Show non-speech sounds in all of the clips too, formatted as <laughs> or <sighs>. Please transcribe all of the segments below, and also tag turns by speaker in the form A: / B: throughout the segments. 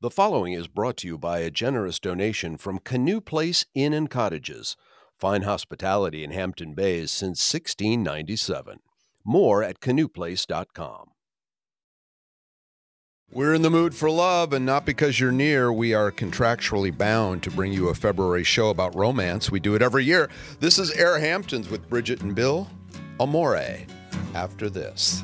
A: The following is brought to you by a generous donation from Canoe Place Inn and Cottages, fine hospitality in Hampton Bays since 1697. More at canoeplace.com. We're in the mood for love, and not because you're near. We are contractually bound to bring you a February show about romance. We do it every year. This is Air Hamptons with Bridget and Bill. Amore, after this.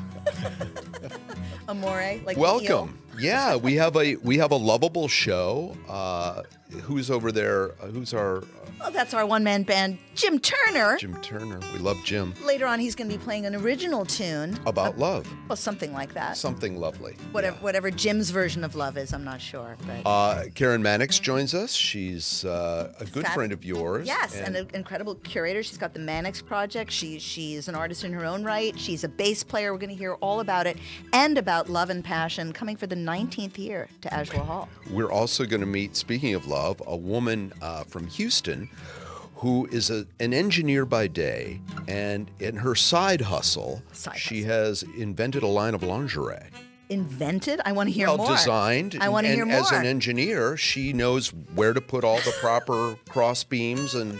B: Amore, like the eel.
A: Welcome. Yeah, we have a we have a lovable show. Uh, who's over there? Uh, who's our uh,
B: Well, Oh, that's our one man band, Jim Turner.
A: Jim Turner? We love Jim.
B: Later on, he's going to be playing an original tune.
A: About love,
B: Well, something like that.
A: something lovely.
B: whatever, whatever Jim's version of love is, I'm not sure. But
A: Uh, Karen Mannix joins us. She's uh, a good
B: Fab-
A: friend of yours.
B: yes, and, an incredible curator. She's got the Mannix Project. She she's an artist in her own right. She's a bass player. We're going to hear all about it and about love and passion coming for the 19th year to Ashwell Hall.
A: We're also going to meet, speaking of love, a woman uh, from Houston who is a, an engineer by day, and in her side hustle,
B: Side
A: she has invented a line of lingerie.
B: Invented? I want to hear
A: well
B: more.
A: designed.
B: I want to
A: and
B: hear more.
A: As an engineer, she knows where to put all the proper cross beams and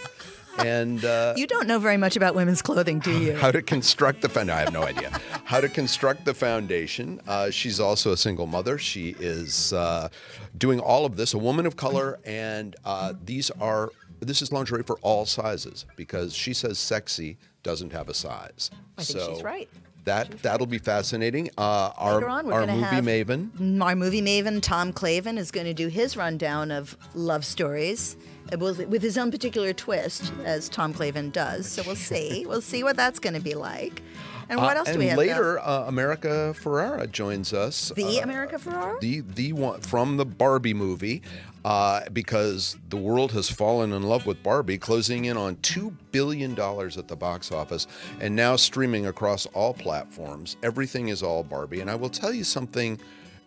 A: and uh,
B: you don't know very much about women's clothing, do you?
A: how to construct the foundation. I have no idea how to construct the foundation. Uh, she's also a single mother. She is uh, doing all of this, a woman of color, and uh, these are this is lingerie for all sizes because she says sexy doesn't have a size.
B: I think she's right.
A: That that'll be fascinating. Uh, our
B: Later on, we're
A: our
B: gonna
A: movie
B: have-
A: maven.
B: Our movie maven Tom Clavin is going to do his rundown of love stories uh, with with his own particular twist, as Tom Clavin does. So
A: <laughs>
B: we'll see. We'll see what that's going to be like. And what
A: Uh,
B: else
A: and
B: do we have? Bill?
A: later, uh, America Ferrara joins us.
B: the
A: uh,
B: America Ferrara.
A: the the one from the Barbie movie, uh, because the world has fallen in love with Barbie, closing in on two billion dollars at the box office, and now streaming across all platforms. Everything is all Barbie, and I will tell you something.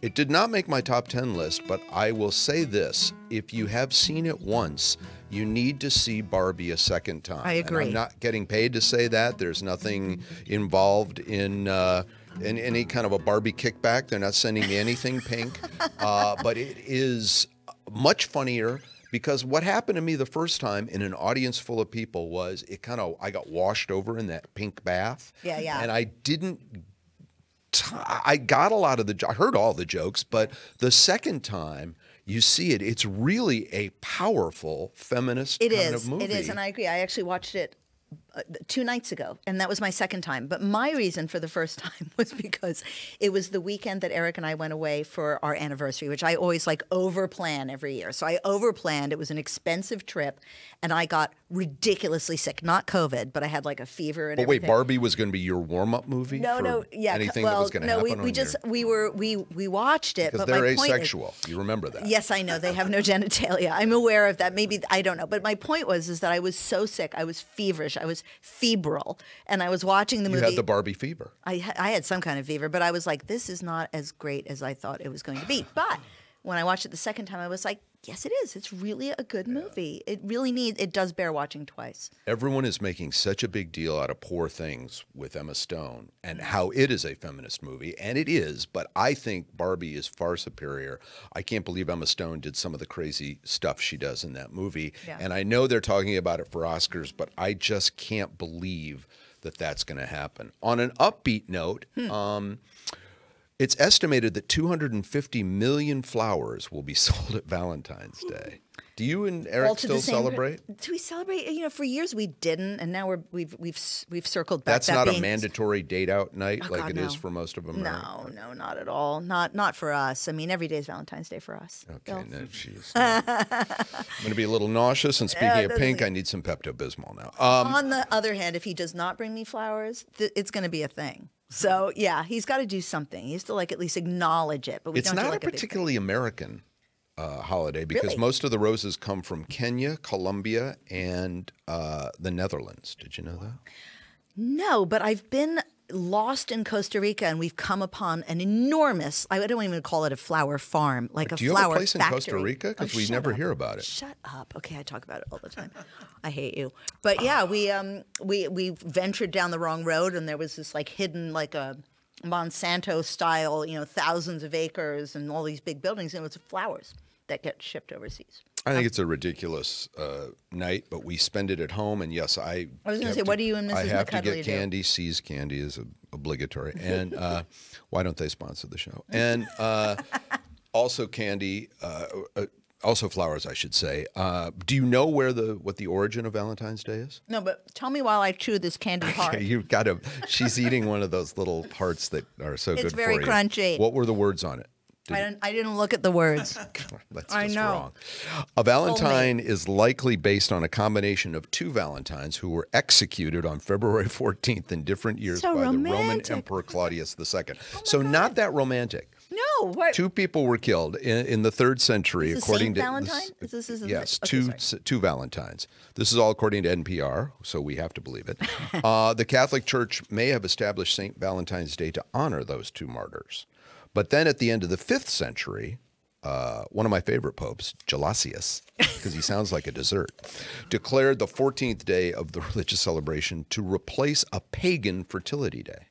A: It did not make my top 10 list, but I will say this. If you have seen it once, you need to see Barbie a second time.
B: I
A: And I'm
B: agree.
A: not not getting paid to say that. There's nothing involved in uh, in any kind of a Barbie kickback. They're not sending me anything pink, uh, but it is much funnier because what happened to me the first time in an audience full of people was it kind of I got washed over in that pink bath.
B: Yeah, yeah.
A: And I didn't t- I got a lot of the jo- I heard all the jokes, but the second time you see it, it's really a powerful feminist
B: It
A: kind
B: is.
A: of movie.
B: It is, and I agree. I actually watched it uh, two nights ago, and that was my second time. But my reason for the first <laughs> time was because it was the weekend that Eric and I went away for our anniversary, which I always like overplan every year. So I overplanned. It was an expensive trip, and I got ridiculously sick. Not COVID, but I had like a fever and
A: But wait,
B: everything.
A: Barbie was going to be your warm-up movie.
B: No,
A: for
B: no, yeah. c-
A: Anything
B: well,
A: that was going to
B: no,
A: happen.
B: we, we just we were we we watched it,
A: because
B: but my
A: they're
B: point is-
A: asexual. you remember that?
B: Yes, I know they have no <laughs> genitalia. I'm aware of that. Maybe I don't know, but my point was is that I was so sick. I was feverish. I was febrile, and I was watching the
A: You
B: movie.
A: had the Barbie fever.
B: I ha- I had some kind of fever, but I was like, this is not as great as I thought it was going to be. But when I watched it the second time, I was like, yes, it is. It's really a good movie. It really needs. It does bear watching twice.
A: Everyone is making such a big deal out of Poor Things with Emma Stone and how it is a feminist movie, and it is. But I think Barbie is far superior. I can't believe Emma Stone did some of the crazy stuff she does in that movie.
B: Yeah.
A: And I know they're talking about it for Oscars, but I just can't believe that that's going to happen. On an upbeat note,
B: Hmm.
A: um, It's estimated that 250 million flowers will be <laughs> sold at Valentine's Day. Do you and Eric
B: All to the
A: still
B: same group.
A: celebrate?
B: Do we celebrate? You know, for years we didn't, and now we're, we've we've s- we've circled back.
A: That's
B: that
A: not a
B: being- Oh,
A: mandatory date out night like
B: God,
A: it is
B: no.
A: for most of America.
B: No, no, not at all. Not not for us. I mean, every day is Valentine's Day for us. Bill.
A: Okay, no,
B: <laughs>
A: jeez, no. I'm going to be a little nauseous. And speaking of
B: doesn't Oh,
A: pink, I need some Pepto Bismol now. Um,
B: On the other hand, if he does not bring me flowers, th- it's going to be a thing. So yeah, he's got to do something. He has to like at least acknowledge it. But we
A: it's
B: don't do,
A: not
B: like,
A: a
B: big thing.
A: particularly American uh, holiday because
B: Really?
A: most of the roses come from Kenya, Colombia, and uh, the Netherlands. Did you know that?
B: No, but I've been lost in Costa Rica, and we've come upon an enormous. I don't even call it a flower farm, like a
A: Do you
B: flower
A: have a place in
B: factory.
A: Costa Rica?
B: Oh,
A: Because we
B: shut
A: never
B: up.
A: hear about it.
B: Shut up. Okay, I talk about it all the time. I hate you. But yeah, we um we we ventured down the wrong road and there was this like hidden like a Monsanto style, you know, thousands of acres and all these big buildings, and it was flowers that get shipped overseas.
A: I think it's a ridiculous uh, night, but we spend it at home. And yes, I.
B: I was gonna
A: have
B: say, what do you and
A: I
B: Mrs.
A: have to
B: McCudley
A: get
B: do?
A: candy. Sees candy is ob-
B: <laughs>
A: obligatory. And uh, why don't they sponsor the show? And
B: <laughs>
A: uh, also candy, uh, uh, also flowers, I should say. Uh, do you know where the what the origin of Valentine's Day is?
B: No, but tell me while I chew this candy
A: <laughs>
B: heart.
A: You've got to. She's eating one of those little hearts that are so good.
B: very
A: for you.
B: crunchy.
A: What were the words on it?
B: I, don't, I didn't look at
A: <laughs>
B: the words.
A: That's
B: I
A: just
B: know.
A: wrong. A Valentine is likely based on a combination of two Valentines who were executed on February <laughs> 14th in different years
B: So
A: by the Roman
B: romantic. Oh
A: Emperor Claudius II. so not that romantic.
B: No, what?
A: Two people were killed in, in the third century,
B: Is this
A: according
B: Saint
A: to
B: Valentine?
A: this-
B: Is this- is this-
A: yes,
B: okay,
A: two
B: sorry.
A: s- two Valentines. This is all according to NPR, so we have to believe
B: <laughs>
A: it. uh, the Catholic Church may have established Saint Valentine's Day to honor those two martyrs, but then at the end of the fifth century. Uh, one of my favorite popes, Gelasius,
B: <laughs>
A: because he sounds like a dessert, declared the 14th day of the <laughs> religious celebration to replace a pagan fertility day.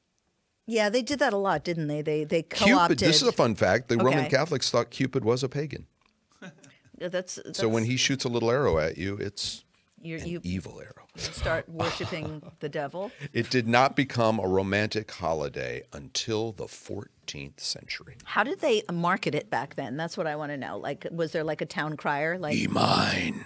B: yeah, they did that a lot, didn't they? They they
A: Cupid,
B: co-opted.
A: this is a fun fact. The Roman
B: Okay.
A: Catholics thought Cupid was a pagan.
B: that's, that's
A: So when he shoots a little arrow at you, it's
B: you you
A: evil arrow.
B: start worshiping the devil.
A: It did not become a romantic holiday until the 14th century.
B: How did they market it back then? That's what I want to know. Like, was there like a town crier? Like,
A: Be mine,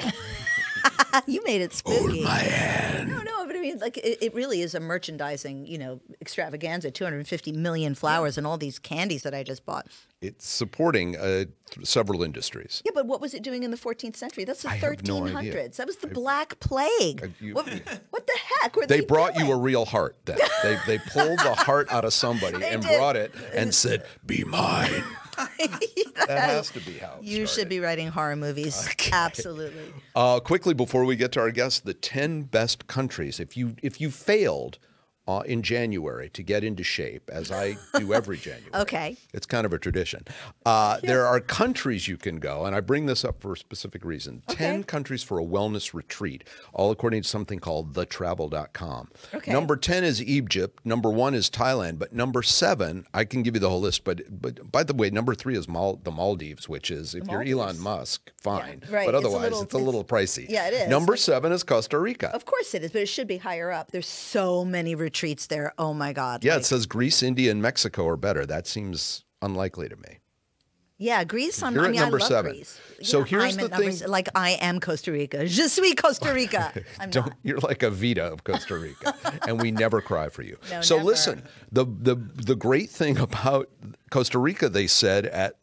B: you made it spooky.
A: my hand.
B: No, no, but I mean, like, it, it really is a merchandising, you know, extravaganza. Two hundred and fifty million flowers and all these candies that I just bought.
A: It's supporting uh, several industries.
B: Yeah, but what was it doing in the 14th century? That's the
A: I have no
B: 1300s.
A: idea.
B: that was the Black Plague.
A: you-
B: what, what the heck were
A: They
B: they?
A: brought you
B: doing?
A: a real heart then. They, they pulled the heart out of
B: <laughs>
A: somebody and
B: did.
A: brought it and said, Be mine. <laughs> that has to be how it
B: You
A: started.
B: should be writing horror movies. Absolutely.
A: Uh, quickly before we get to our guests, the ten best countries. If you if you failed uh, in January to get into shape, as I do every January,
B: Okay.
A: it's kind of a tradition. Uh, There are countries you can go, and I bring this up for a specific reason. Ten
B: Okay.
A: countries for a wellness retreat, all according to something called thetravel.com.
B: Okay.
A: Number ten is Egypt. Number one is Thailand, but number seven, I can give you the whole list. But but by the way, number three is Mal- the Maldives, which is if you're Elon Musk, fine.
B: right,
A: But
B: it's a
A: otherwise,
B: little-
A: it's a little pricey.
B: Yeah, it is.
A: Number seven is Costa Rica.
B: Of course it is, but it should be higher up. There's so many retreats there. Oh my God.
A: Yeah,
B: Like,
A: it says Greece, India, and Mexico are better. That seems unlikely to me.
B: yeah. Greece. I'm,
A: You're
B: I
A: at
B: mean, I
A: number
B: love
A: seven.
B: Greece.
A: So
B: Yeah,
A: here's
B: I'm
A: the
B: at number
A: thing-
B: se- like I am Costa Rica. <laughs> Je suis
A: <laughs>
B: Costa Rica. I'm
A: Don't
B: not.
A: <laughs> you're like a Vita of Costa Rica,
B: <laughs>
A: and we never cry for you.
B: No,
A: so
B: never.
A: listen, the the the great thing <laughs> about Costa Rica, they said at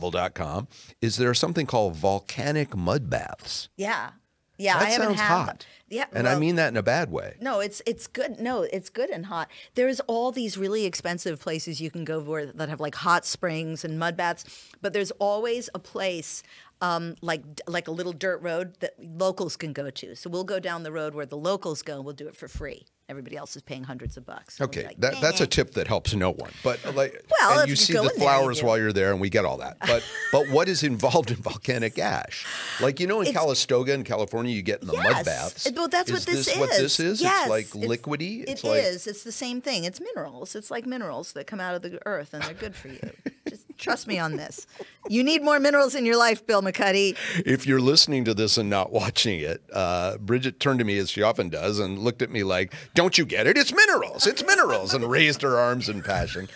A: thetravel.com, is there something called volcanic mud baths.
B: Yeah. Yeah.
A: That
B: I haven't
A: sounds
B: had.
A: hot.
B: Yeah.
A: and I
B: well,
A: mean that in a bad way.
B: No, it's it's good. No, it's good and hot. There's all these really expensive places you can go for that have like hot springs and mud baths, but there's always a place um, like like a little dirt road that locals can go to. So we'll go down the road where the locals go, and we'll do it for free. Everybody else is paying hundreds of bucks. We'll be
A: Okay,
B: like,
A: that, that's
B: "Eh."
A: a tip that helps no one.
B: <laughs>
A: But like,
B: Well,
A: and
B: if
A: you
B: you
A: see
B: go
A: the
B: in there, you
A: flowers
B: do.
A: while you're there, and we get all that.
B: <laughs>
A: But but what is involved in volcanic ash? Like you know, in Calistoga in California, you get in the mud
B: Yes.
A: baths.
B: It- well, that's what this,
A: What this is? It's
B: Yes,
A: like liquidy.
B: It's,
A: It's
B: it
A: like
B: is. It's the same thing. It's minerals. It's like minerals that come out of the earth and they're good for you.
A: <laughs>
B: Just trust me on this. You need more minerals in your life, Bill McCuddy.
A: if you're listening to this and not watching it, uh, Bridget turned to me as she often does and looked at me like, "Don't you get it? It's minerals. It's minerals!" and raised her arms in passion.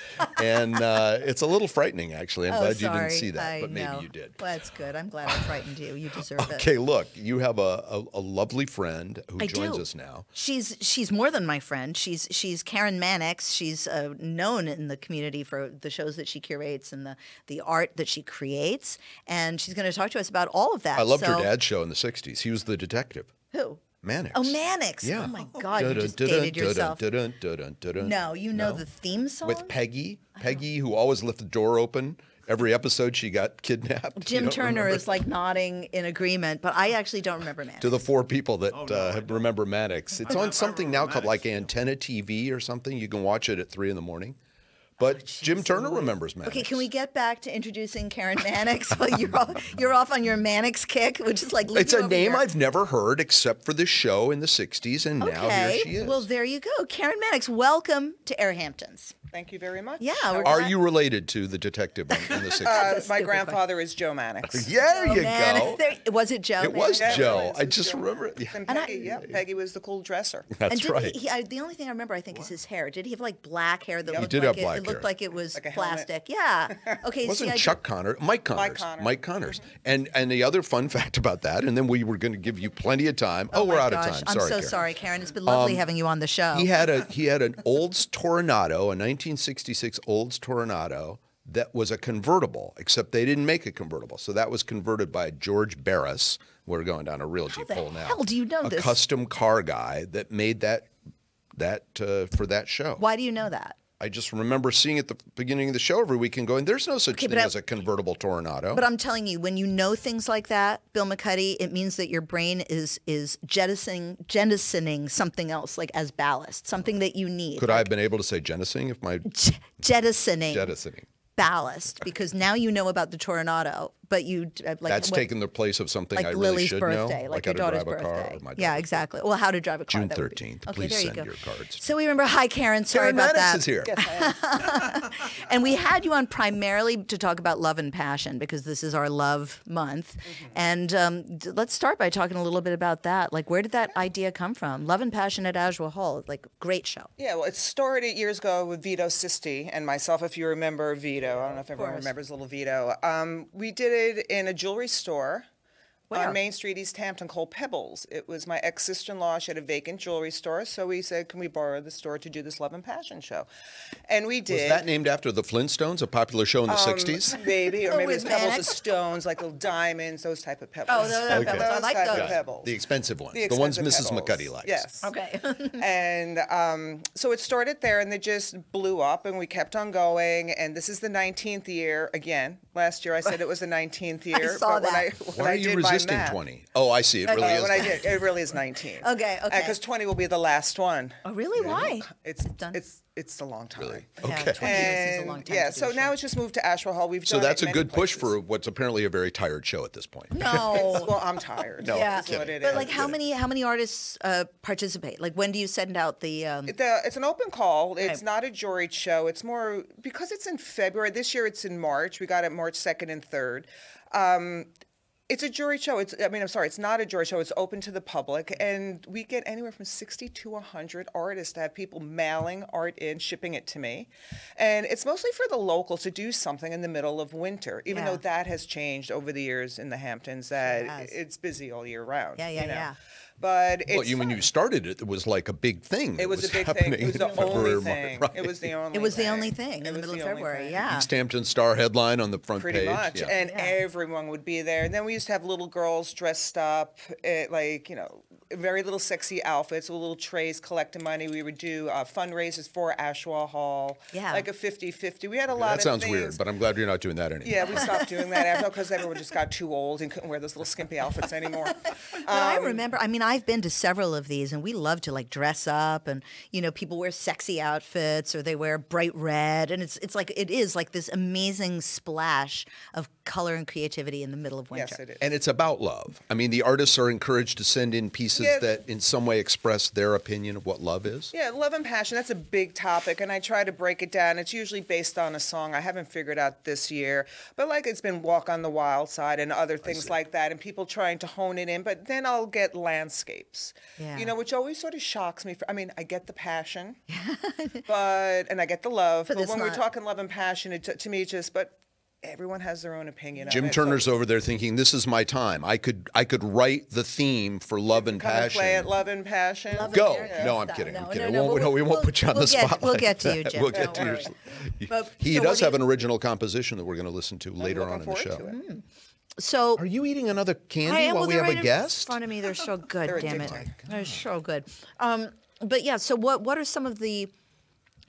A: And uh, it's a little frightening, actually. I'm
B: oh,
A: glad
B: sorry.
A: you didn't see that,
B: I
A: but maybe
B: know.
A: you did.
B: Well, that's good. I'm glad I frightened you. You deserve it.
A: Okay, look, you have a, a, a lovely friend who
B: I
A: joins
B: do.
A: us now.
B: She's she's more than my friend. She's she's Karen Mannix. She's uh, known in the community for the shows that she curates and the the art that she creates. And she's going to talk to us about all of that.
A: I loved
B: So-
A: her dad's show in the 60s. He was the detective,
B: Who?
A: Mannix.
B: Oh, Mannix.
A: Yeah.
B: Oh my God, you just dated yourself. No, you know the theme song.
A: With Peggy. Peggy, who always left the door open. Every episode she got kidnapped. You
B: Jim
A: don't
B: Turner
A: remember?
B: is like nodding in agreement, but I actually don't remember Mannix.
A: To the four people
C: Oh,
A: that uh, remember Maddox. It's
C: I
A: on
C: know- I
A: something now
C: remember
A: called like
C: Maddox,
A: Antenna TV or something. You can watch it at three in the morning. But Jim Turner remembers Maddox.
B: Oh, Okay, can we get back to introducing Karen
A: <laughs>
B: Mannix? <laughs> Well, you're off, you're off on your Mannix kick, which is like leave
A: It's
B: you
A: a
B: over
A: name
B: here.
A: I've never heard except for this show in the 60s, and now here she is.
B: Well, there you go. Karen Mannix, welcome to Air Hamptons.
C: Thank you very much.
B: Yeah. we're
A: Are
B: glad-
A: you related to the detective on,
B: <laughs>
A: in the 60s?
C: Uh,
B: That's a
C: my
B: stupid
C: grandfather is Joe Mannix.
A: there you
B: Man,
A: go.
B: Oh, there- was it Joe?
A: It was
B: Manning?
C: Yeah,
A: Joe.
C: really,
A: I
C: it's
A: just
C: Joe
A: remember.
C: Mannix.
A: yeah.
C: And
B: And I-
C: Peggy, yeah, Peggy was the cool
A: <laughs>
C: dresser.
B: And
A: That's
B: didn't
A: right.
B: He, he, I, the only thing I remember, I think, is his hair. Did he have like black hair that
A: He
B: looked
A: did
B: like
A: have
B: it,
A: black
B: it looked
A: hair.
B: like it was
C: Like a helmet.
B: plastic? Yeah. Okay.
A: Wasn't
B: see, I Mm-hmm. did-
A: Chuck Connor, Mike Connors,
C: Connor.
A: Mike Connors, and and the other fun <laughs> fact about that, and then we were going to give you plenty of time. Oh,
B: my
A: we're out
B: gosh,
A: of time. Sorry,
B: I'm so
A: Karen. Um,
B: sorry, Karen. It's been lovely having you on the show.
A: He had a he had an Olds Toronado, a 1966 Olds Toronado that was a convertible, except they didn't make a convertible, so that was converted by George Barris. We're going down a real deep
B: the
A: hole now.
B: hell do you know
A: a
B: this?
A: custom car guy that made that that uh, for that show.
B: Why do you know that?
A: I just remember seeing at the beginning of the show every week and going, "There's no such
B: but
A: thing
B: I-
A: as a convertible Toronado."
B: But I'm telling you, when you know things like that, Bill McCuddy, it means that your brain is is jettisoning jettisoning something else, like as ballast, something that you need.
A: Could I have been able to say jettisoning if my
B: J- jettisoning
A: jettisoning?
B: ballast, because now you know about the Tornado, but you uh, like
A: That's
B: what-
A: taken the place of something
B: like
A: I really
B: Lily's
A: should
B: birthday,
A: know,
B: like,
A: how
B: your
A: to
B: daughter's
A: drive a car
B: birthday.
A: or my
B: yeah,
A: daughter.
B: exactly. Well, how to drive a car.
A: June
B: that would be-
A: 13th.
B: Okay,
A: Please
B: there you
A: send
B: go.
A: your cards.
B: So we remember. Hi, Karen. Sorry
A: Karen
B: about
A: Maddox
B: that.
A: is here.
B: And we had you on primarily to talk about love and passion because this is our love month. And um, d- let's start by talking a little bit about that. Like, where did that idea come from? Love and Passion at Azure Hall, like, great show.
C: Yeah, well, it started years ago with Vito Sisti and myself, if you remember Vito. I don't know if everyone
B: course.
C: remembers little Vito. Um, we did it in a jewelry store
B: Where?
C: on Main Street, East Hampton, called Pebbles. It was my ex sister in law. She had a vacant jewelry store. So we said, can we borrow the store to do this Love and Passion show? And we did.
A: Is that named after the Flintstones, a popular show in
C: Um,
A: the 60s?
C: Maybe, or maybe
B: Oh,
C: it was
B: with
C: pebbles
B: Manex.
C: of stones, like little diamonds, those type of pebbles.
B: Oh, those are pebbles. I like
C: type
B: those.
C: of
B: Got it.
C: <laughs> pebbles.
A: The expensive ones,
C: The
A: the, ones Mrs.
C: expensive pebbles.
A: McCuddy likes.
C: Yes.
B: Okay.
C: and um, so it started there, and they just blew up, and we kept on going. And this is the 19th year again. Last year I said it was the
B: <laughs>
C: 19th year.
B: saw
C: but when
B: that.
C: I, when
A: Why
C: I
A: are you
C: did my
A: resisting
C: math-
A: 20? Oh, I see. It really
C: Uh,
A: is.
C: when I
A: that.
C: did, it really is 19.
B: Okay, okay.
C: Because 20 will be the last one.
B: <laughs> oh, really? Why?
C: It's
B: done.
C: it's it's a long time.
B: Yeah, 20 years is a long
C: And,
B: time.
C: yeah,
B: to do
C: so
B: a show.
C: now it's just moved to Ashwell Hall. We've
A: So
C: done it
A: that's a
C: many
A: good push
C: places.
A: for what's apparently a very tired show at this point.
B: <laughs> No.
C: <laughs> Well, I'm tired.
A: No,
B: yeah.
C: is what it
B: but
C: is.
B: like, how many how many artists uh, participate? Like, when do you send out the? Um,
C: The, it's an open call. It's not a juried show. It's more because it's in February. This year it's in March. We got it March 2nd and 3rd. Um, it's a jury show. It's I mean, I'm sorry, it's not a jury show. It's open to the public
B: Mm-hmm.
C: and we get anywhere from 60 to 100 artists to have people mailing art in, shipping it to me. And it's mostly for the locals to do something in the middle of winter, even
B: Yeah.
C: though that has changed over the years in the Hamptons that
B: has.
C: it's busy all year round.
B: Yeah, yeah,
C: you know.
B: yeah.
C: But it's
A: Well, you, when you started it, it was like a big thing. that
C: it was, a big thing.
A: happening
C: It was
A: in <laughs>
C: the
A: February, March,
C: only thing.
A: right.
C: It was the only.
B: it was the only
C: It
B: thing in the
C: was
B: middle of
C: only
B: February.
C: thing.
B: Yeah.
A: East Hampton Star headline on the front
C: Pretty
A: page.
C: much,
A: yeah.
C: and everyone would be there. And then we used to have little girls dressed up, eh, like you know, very little sexy outfits with little trays collecting money. We would do uh, fundraisers for Ashwa Hall,
B: Yeah.
C: like a 50-50. We had a lot.
A: that
C: of
A: sounds
C: things.
A: weird, but I'm glad you're not doing that anymore.
C: yeah, we stopped doing that after because everyone just got too old and couldn't wear those little skimpy
B: <laughs>
C: outfits anymore. Uh,
B: But
C: Um,
B: I remember, I mean, I've been to several of these and we love to like dress up and, you know, people wear sexy outfits or they wear bright red. And it's it's like, it is like this amazing splash of color and creativity in the middle of winter.
C: yes, it is.
A: And it's about love. I mean, the artists are encouraged to send in pieces
C: Yeah.
A: that in some way express their opinion of what love is.
C: Yeah, love and passion, that's a big topic, and I try to break it down. It's usually based on a song. I haven't figured out this year, but like it's been Walk on the Wild Side and other things like that, and people trying to hone it in. But then I'll get landscapes,
B: Yeah.
C: you know, which always sort of shocks me. For, I mean, I get the
B: <laughs>
C: passion, but and I get the love, but,
B: it's
C: when
B: not-
C: we're talking love and passion, it, to, to me, it's just, but everyone has their own opinion. on
A: Jim
C: it. So
A: Turner's over there thinking, "This is my time. I could, I could write the theme for love and
C: Come and
A: passion."
C: play at Love and Passion.
B: Love
A: Go.
B: and passion.
A: No, I'm
B: Stop.
A: kidding. I'm
B: No,
A: kidding.
B: no,
A: I
B: no,
A: won't-
B: we'll-
A: we won't put you on
B: we'll
A: the
B: get-
A: spotlight.
B: we'll get
A: <laughs>
B: to you, Jim.
A: we'll get
B: Don't
A: to
B: worry.
A: you.
B: But-
A: he
B: so what
A: does
B: do
A: have
B: you-
A: an original composition that we're going to listen to later
C: Looking
A: on in the
C: forward
A: show.
C: to it.
B: So
A: Are you eating another candy
B: am.
A: while
B: Well,
A: we
B: they're
A: have
B: right
A: a
B: in
A: guest?
B: In front of me, they're
C: <laughs>
B: so good. damn it,
C: addicting.
B: they're so good. Um, but yeah, so what what are some of the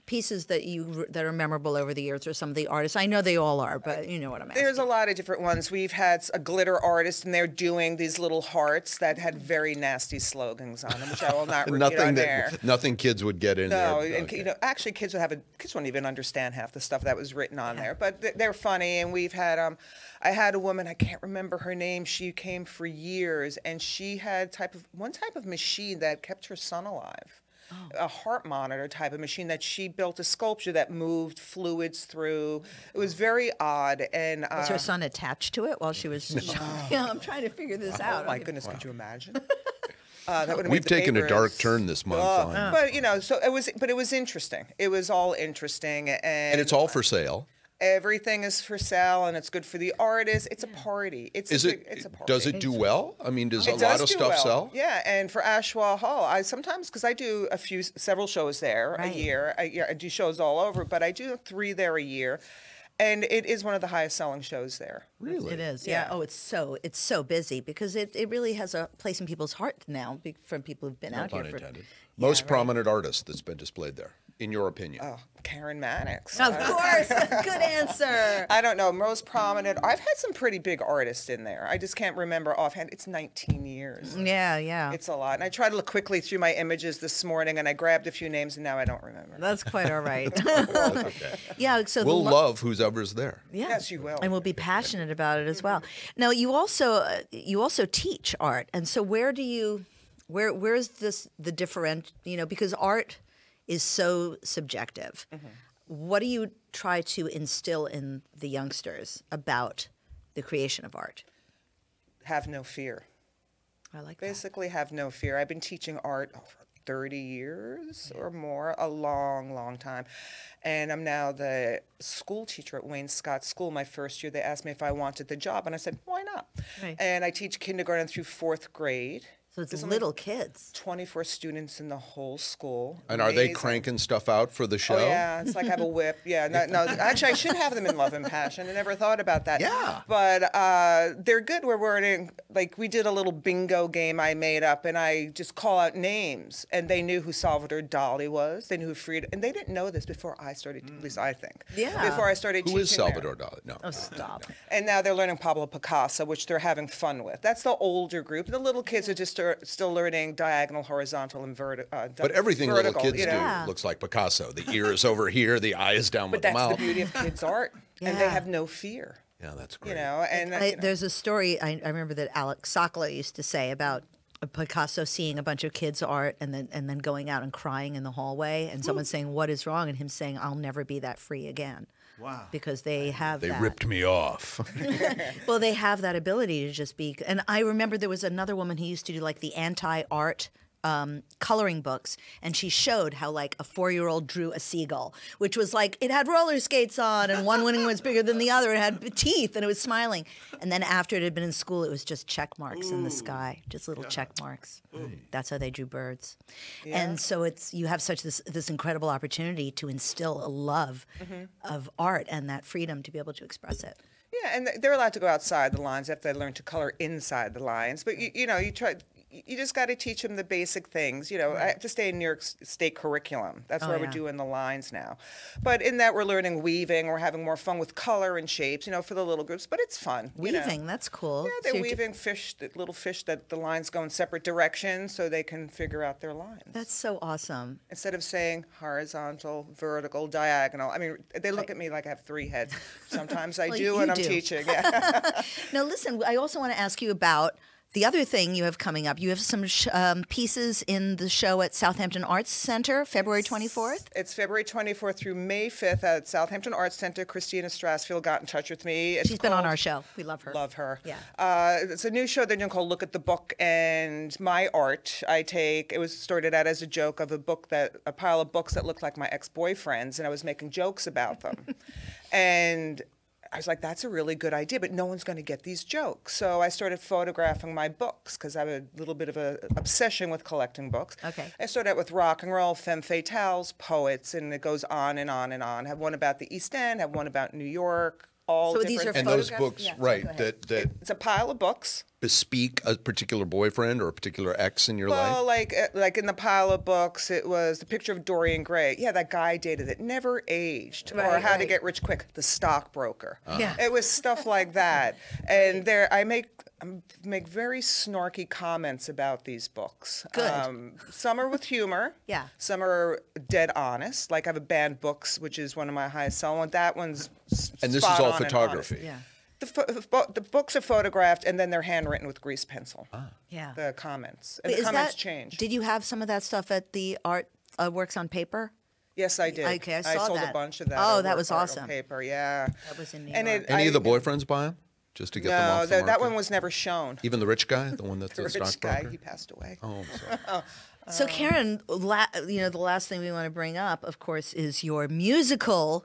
B: pieces that you that are memorable over the years, or some of the artists? I know they all are, but you know what I'm asking.
C: There's a lot of different ones. We've had a glitter artist, and they're doing these little hearts that had very nasty slogans on them,
A: <laughs>
C: which I will not repeat
A: Nothing that,
C: on
A: <laughs>
C: there.
A: nothing kids would get in
C: No,
A: there.
C: and, you know, actually, kids would have a kids wouldn't even understand half the stuff that was written on there. But th- they're funny, and we've had um, I had a woman I can't remember her name. She came for years, and she had type of one type of machine that kept her son alive. a heart monitor type of machine that she built a sculpture that moved fluids through. It was very odd. And uh,
B: Was her son attached to it while
A: <laughs>
B: she was? yeah, <laughs> I'm trying to figure this out.
C: oh my
B: Okay.
C: goodness, could
A: <laughs>
C: you imagine? Uh, that would have
A: We've taken a dark
C: turn.
A: turn this month
C: Uh,
A: on,
C: But you know, so it was, but it was interesting. It was all interesting, and,
A: and it's all for sale.
C: everything is for sale, and it's good for the artist. It's a party. It's
A: Is
C: a, big-
A: it?
C: It's a party.
A: does it do well? I mean, does a lot
C: It does
A: of
C: do
A: stuff
C: well.
A: sell?
C: Yeah, and for Ashwell Hall, I sometimes because I do a few, several shows there
B: Right.
C: a year. I, yeah, I do shows all over, but I do three there a year, and it is one of the highest selling shows there.
A: Really?
B: It is, yeah.
C: Yeah.
B: Oh, it's so it's so busy because it, it really has a place in people's heart now be, from people who've been out
A: Pun
B: here for.
A: intended. Most prominent artist that's been displayed there, in your opinion.
C: Oh, Karen Mannix.
B: Of course, <laughs> good answer.
C: I don't know. Most prominent. I've had some pretty big artists in there. I just can't remember offhand. It's 19 years.
B: Yeah, yeah.
C: It's a lot. And I tried to look quickly through my images this morning and I grabbed a few names and now I don't remember.
B: That's quite all right.
A: That's okay.
B: <laughs> yeah. So
A: We'll
B: the lo-
A: love whoever's there.
B: Yeah.
C: Yes, you will. Mm-hmm.
B: And we'll be passionate about it as well. Now, you also uh, you also teach art, and so where do you where where is this the different? You know, because art is so subjective.
C: Mm-hmm.
B: What do you try to instill in the youngsters about the creation of art?
C: Have no fear.
B: I like that.
C: Basically, have no fear. I've been teaching art oh, for 30 years or more, a long, long time. And I'm now the school teacher at Wayne Scott School. My first year, they asked me if I wanted the job, and I said, why not?
B: Right.
C: And I teach kindergarten through fourth grade.
B: So it's little kids.
C: 24 students in the whole school.
A: And are they
C: Amazing.
A: cranking stuff out for the show?
C: Oh, yeah, it's like I have a whip. Yeah, no, no. Actually, I should have them in Love and Passion. I never thought about that.
A: Yeah.
C: But uh, they're good. Where we're in, like, we did a little bingo game I made up, and I just call out names, and they knew who Salvador Dali was. They knew who Frida, and they didn't know this before I started. At least I think.
B: Yeah.
C: Before I started.
A: Mm. Who is
C: teaching there.
A: Salvador Dali? No.
B: Oh, stop.
C: And now they're learning Pablo Picasso, which they're having fun with. That's the older group. The little kids are just uh, still learning diagonal, horizontal, and vertical. Uh,
A: But everything
C: vertical,
A: little kids
C: you know?
A: do
B: Yeah.
A: looks like Picasso. The ear is over here, the eye is down with
C: But that's
A: the mouth.
C: the beauty of
A: <laughs>
C: kids' art, and
B: Yeah.
C: they have no fear.
A: yeah, that's great.
C: You know, and uh,
B: I,
C: you know,
B: There's a story I, I remember that Alex Sokolow used to say about Picasso seeing a bunch of kids' art and then and then going out and crying in the hallway, and someone saying, "What is wrong?" and him saying, "I'll never be that free again."
D: Wow.
B: Because they have
A: they
B: that.
A: ripped me
C: <laughs>
A: off.
B: Well, they have that ability to just be. And I remember there was another woman who used to do like the anti art. Um, coloring books, and she showed how like a four-year-old drew a seagull, which was like it had roller skates on, and one wing was bigger than the other. It had b- teeth, and it was smiling. And then after it had been in school, it was just check marks in the sky, just little check marks. That's how they drew birds. And so it's you have such this this incredible opportunity to instill a love of art and that freedom to be able to express it.
C: yeah, and they're allowed to go outside the lines after they learn to color inside the lines. But you, you know, you try. You just got to teach them the basic things. You know, I have to stay in New York S- State curriculum. That's why
B: Oh, yeah.
C: we're doing the lines now. But in that, we're learning weaving. We're having more fun with color and shapes. You know, for the little groups. But it's fun. you know.
B: Weaving, that's cool.
C: Yeah,
B: So
C: they're
B: you're do-
C: weaving fish, that little fish that the lines go in separate directions so they can figure out their lines.
B: That's so awesome.
C: Instead of saying horizontal, vertical, diagonal, I mean, they look at me like I have three heads. Sometimes I
B: Well,
C: do
B: you
C: when I'm
B: do.
C: teaching.
B: <laughs>
C: Yeah.
B: Now, listen, I also want to ask you about the other thing you have coming up. You have some sh- um, pieces in the show at Southampton Arts Center, February 24th.
C: it's February 24th through May 5th at Southampton Arts Center. Christina Strassfield got in touch with me. It's
B: She's been on
C: called-
B: our show. We love her.
C: Love her.
B: Yeah.
C: Uh, it's a new show they're doing called Look at the Book and My Art. I take, it was started out as a joke of a book that, a pile of books that looked like my ex boyfriend's, and I was making jokes about them.
B: <laughs>
C: and I was like, that's a really good idea, but no one's going to get these jokes. So I started photographing my books because I have a little bit of an obsession with collecting books.
B: Okay.
C: I started out with rock and roll, femme fatales, poets, and it goes on and on and on. I have one about the East End, I have one about New York. All
B: So these
C: different
B: are
A: and those
B: Photograph-
A: books,
B: yeah, go
A: right,
B: ahead.
A: that, that
C: it's a pile of books.
A: bespeak a particular boyfriend or a particular ex in your
C: Well,
A: life.
C: like uh, like in the pile of books, it was the picture of Dorian Gray. Yeah, that guy I dated that never aged, or
B: Right,
C: how to
B: right.
C: get rich quick, the stockbroker.
A: Uh-huh.
B: Yeah.
C: it was stuff like that. And there, I make I make very snarky comments about these books. Um,
B: Good.
C: some are with humor.
B: <laughs> Yeah.
C: Some are dead honest. Like I have a banned books, which is one of my highest selling. ones. That one's s-
A: and this is
C: spot
A: all
C: on and honest.
A: photography.
B: Yeah.
C: The, pho- the bo- the books are photographed and then they're handwritten with grease pencil.
A: Ah.
B: Yeah.
C: The comments. And
B: Is
C: the comments
B: that-
C: change.
B: Did you have some of that stuff at the art uh, works on paper?
C: Yes, I did.
B: Okay, I saw
C: sold a
B: that.
C: bunch of that.
B: Oh,
C: at
B: that
C: work,
B: was
C: art on
B: awesome.
C: Paper, yeah.
B: That was in New
C: And
B: York.
C: it-
A: Any
C: I
A: of the
C: even-
A: boyfriends buy them just to get them
C: No,
A: off the
C: that,
A: market?
C: that one was never shown.
A: Even the rich guy,
C: <laughs>
A: the one that's
C: The
A: a
C: rich guy,
A: stockbroker.
C: he passed away.
A: Oh, I'm sorry.
B: So,
C: Um,
B: Karen, la- you know, the last thing we want to bring up, of course, is your musical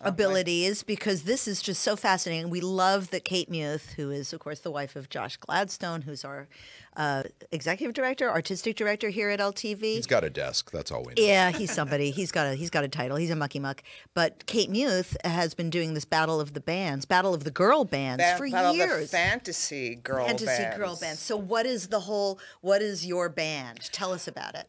C: Oh,
B: abilities because this is just so fascinating. We love that Kate Muth, who is, of course, the wife of Josh Gladstone, who's our uh, executive director, artistic director here at LTV.
A: He's got a desk. That's all we know.
B: Yeah, he's somebody. He's got a he's got a title. He's a mucky muck. But Kate Muth has been doing this battle of the bands, battle of the girl bands
C: Ba-
B: for
C: Battle of the
B: years.
C: fantasy girl
B: fantasy girl bands. So what is the whole? What is your band? Tell us about it.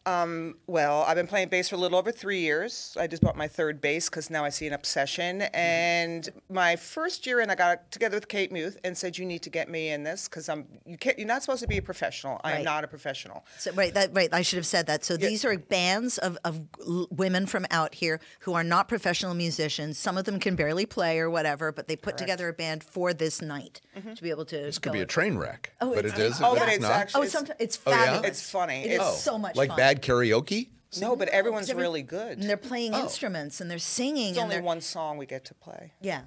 C: Well, I've been playing bass for a little over three years. I just bought my third bass because now I see an obsession.
B: Mm-hmm.
C: And my first year in, I got together with Kate Muth and said, "You need to get me in this because I'm you can't, you're not supposed to be a professional. I am
B: Right.
C: not a professional."
B: so, right, that, right. I should have said that. So these are bands of of l- women from out here who are not professional musicians. Some of them can barely play or whatever, but they put together a band for this night to be able to.
A: This could be a train wreck.
B: Oh,
A: but
B: it's-
A: it is.
C: Mm-hmm. Oh,
A: but
C: but
A: it's
C: it's
A: not.
C: actually-
B: Oh, it's, somet- it's
A: yeah?
B: fabulous.
C: It's funny.
B: It is
C: Oh,
B: so much
A: like
B: fun.
A: bad karaoke.
C: No, but everyone's
B: oh, every-
C: really good.
B: and they're playing instruments and they're singing
C: Oh. It's
B: and
C: only
B: they're
C: one song we get to play.
B: yeah.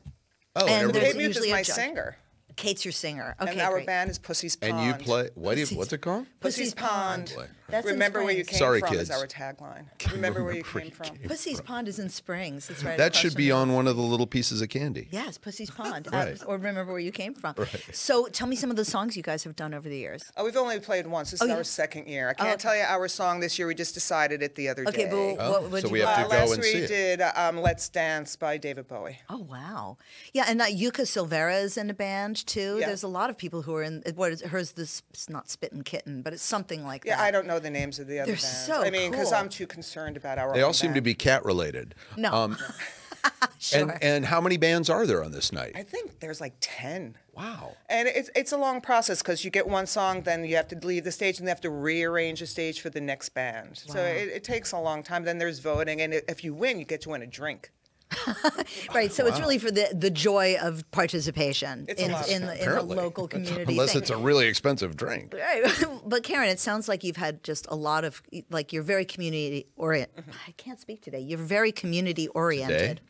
A: Oh,
B: And
A: and,
B: there's
C: Kate
A: everybody-
C: Muth is
B: usually a
C: my
B: judge.
C: singer,
B: Kate's your singer. Okay,
C: and our
B: great.
C: band is Pussy's Pond.
A: and you play. What? do you- What's it called?
B: Pussy's
C: Pussy's, Pond.
A: Pond.
B: That's in
C: remember where you
B: Springs.
C: came
A: Sorry,
C: from
A: kids.
C: is our tagline. Remember where you came from.
B: Pussy's Pond is in Springs. That's right.
A: That
B: across
A: should
B: from
A: be
B: the-
A: on one of the little pieces of candy.
B: Yes, Pussy's Pond.
A: Right.
B: Abs- or remember where you came from. So tell me some of the songs you guys have done over the years.
C: Oh, we've only played once. This is
B: yeah. Oh,
C: our second year. I can't tell you our song this year. We just decided it the other
B: Okay,
C: day.
B: but
A: Oh,
B: what would
A: so
B: you
A: we have
B: like-
A: to
C: Uh,
A: go
C: last
A: and
C: we
A: see it.
C: did um, "Let's Dance" by David Bowie.
B: Oh wow, yeah, and uh, Yuka Silvera is in the band too.
C: Yeah.
B: There's a lot of people who are in. What is hers? This it's not Spit and Kitten, but it's something like
C: Yeah,
B: that.
C: I don't know the names of the other
B: They're
C: bands.
B: so
C: I mean, because
B: cool.
C: I'm too concerned about our.
A: They
C: own
A: all seem to
C: band.
A: be cat related.
B: No. <laughs> sure.
A: Um, And and how many bands are there on this night?
C: I think there's like ten.
A: Wow.
C: And it's it's a long process because you get one song, then you have to leave the stage, and they have to rearrange the stage for the next band. So it, it takes a long time. Then there's voting, and if you win, you get to win a drink.
B: Right, so it's really for the, the joy of participation
C: It's a
B: in,
C: lot of
B: in,
C: fun.
B: the, in the local community.
A: <laughs> Unless
B: thing.
A: it's a really expensive drink.
B: Right. <laughs> but Karen, it sounds like you've had just a lot of like you're very community orient. <sighs> I can't speak today. You're very community oriented.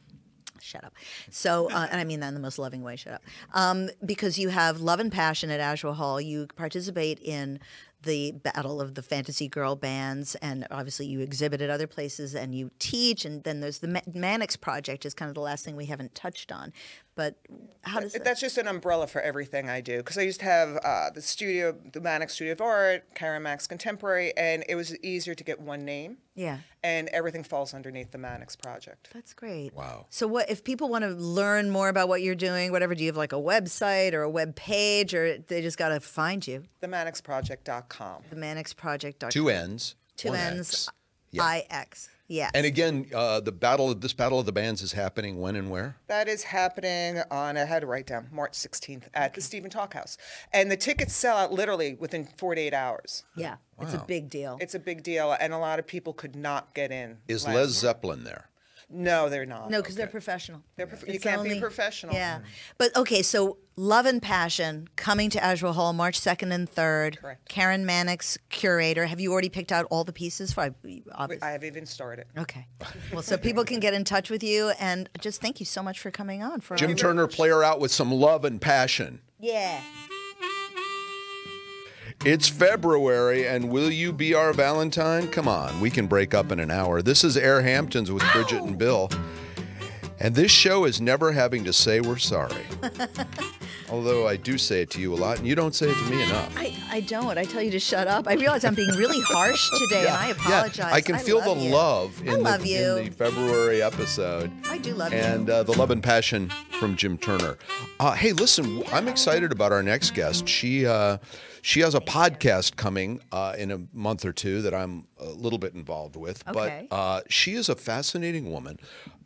B: Shut up. So, uh, and I mean that in the most loving way. Shut up. Um, because you have love and passion at Asheville Hall. You participate in the battle of the fantasy girl bands, and obviously you exhibit at other places, and you teach. And then there's the Ma- Mannix Project is kind of the last thing we haven't touched on. But how does that?
C: That's just an umbrella for everything I do because I used to have uh, the studio, the Manic Studio of Art, Karen Max Contemporary, and it was easier to get one name.
B: Yeah.
C: And everything falls underneath the Manix project.
B: That's great.
A: Wow.
B: So what if people want to learn more about what you're doing, whatever, do you have like a website or a web page or they just gotta find you?
C: The ManixProject.com.
B: The manixproject.com.
A: Two N's.
B: Two
A: one
B: N's
A: X. Yeah.
B: I X. Yeah.
A: And again, uh, the battle of this battle of the bands is happening when and where?
C: That is happening on, I had to write down, March 16th at the Stephen Talk House. And the tickets sell out literally within 48 hours.
B: yeah. It's a
A: Wow.
B: big deal.
C: It's a big deal, and a lot of people could not get in.
A: Is
C: last-
A: Les Zeppelin there?
C: No, they're not.
B: no, because they're professional.
C: They're prof- you
B: It's
C: can't be professional.
A: Hmm.
B: Yeah. But okay, so Love and Passion coming to Asheville Hall March 2nd and 3rd.
C: Correct.
B: Karen Mannix, curator. Have you already picked out all the pieces for obviously?
C: I have even started.
B: Okay. Well, so people can get in touch with you, and just thank you so much for coming on. For
A: Jim Turner, play her out with some love and passion.
B: yeah.
A: It's February, and will you be our Valentine? Come on, we can break up in an hour. This is Air Hamptons with Bridget and Bill. And this show is never having to say we're
B: <laughs>
A: sorry. Although I do say it to you a lot, and you don't say it to me enough.
B: I, I don't. I tell you to shut up. I realize I'm being
A: <laughs>
B: really harsh today, and I apologize.
A: Yeah, I can feel
B: love
A: the
B: you.
A: love, in,
B: I love
A: the,
B: you.
A: in the February episode.
B: I do love you.
A: and uh, the love and passion from Jim Turner. Uh, hey, listen, I'm excited about our next guest. She uh, she has a podcast coming uh, in a month or two that I'm a little bit involved with.
B: Okay.
A: But uh, she is a fascinating woman.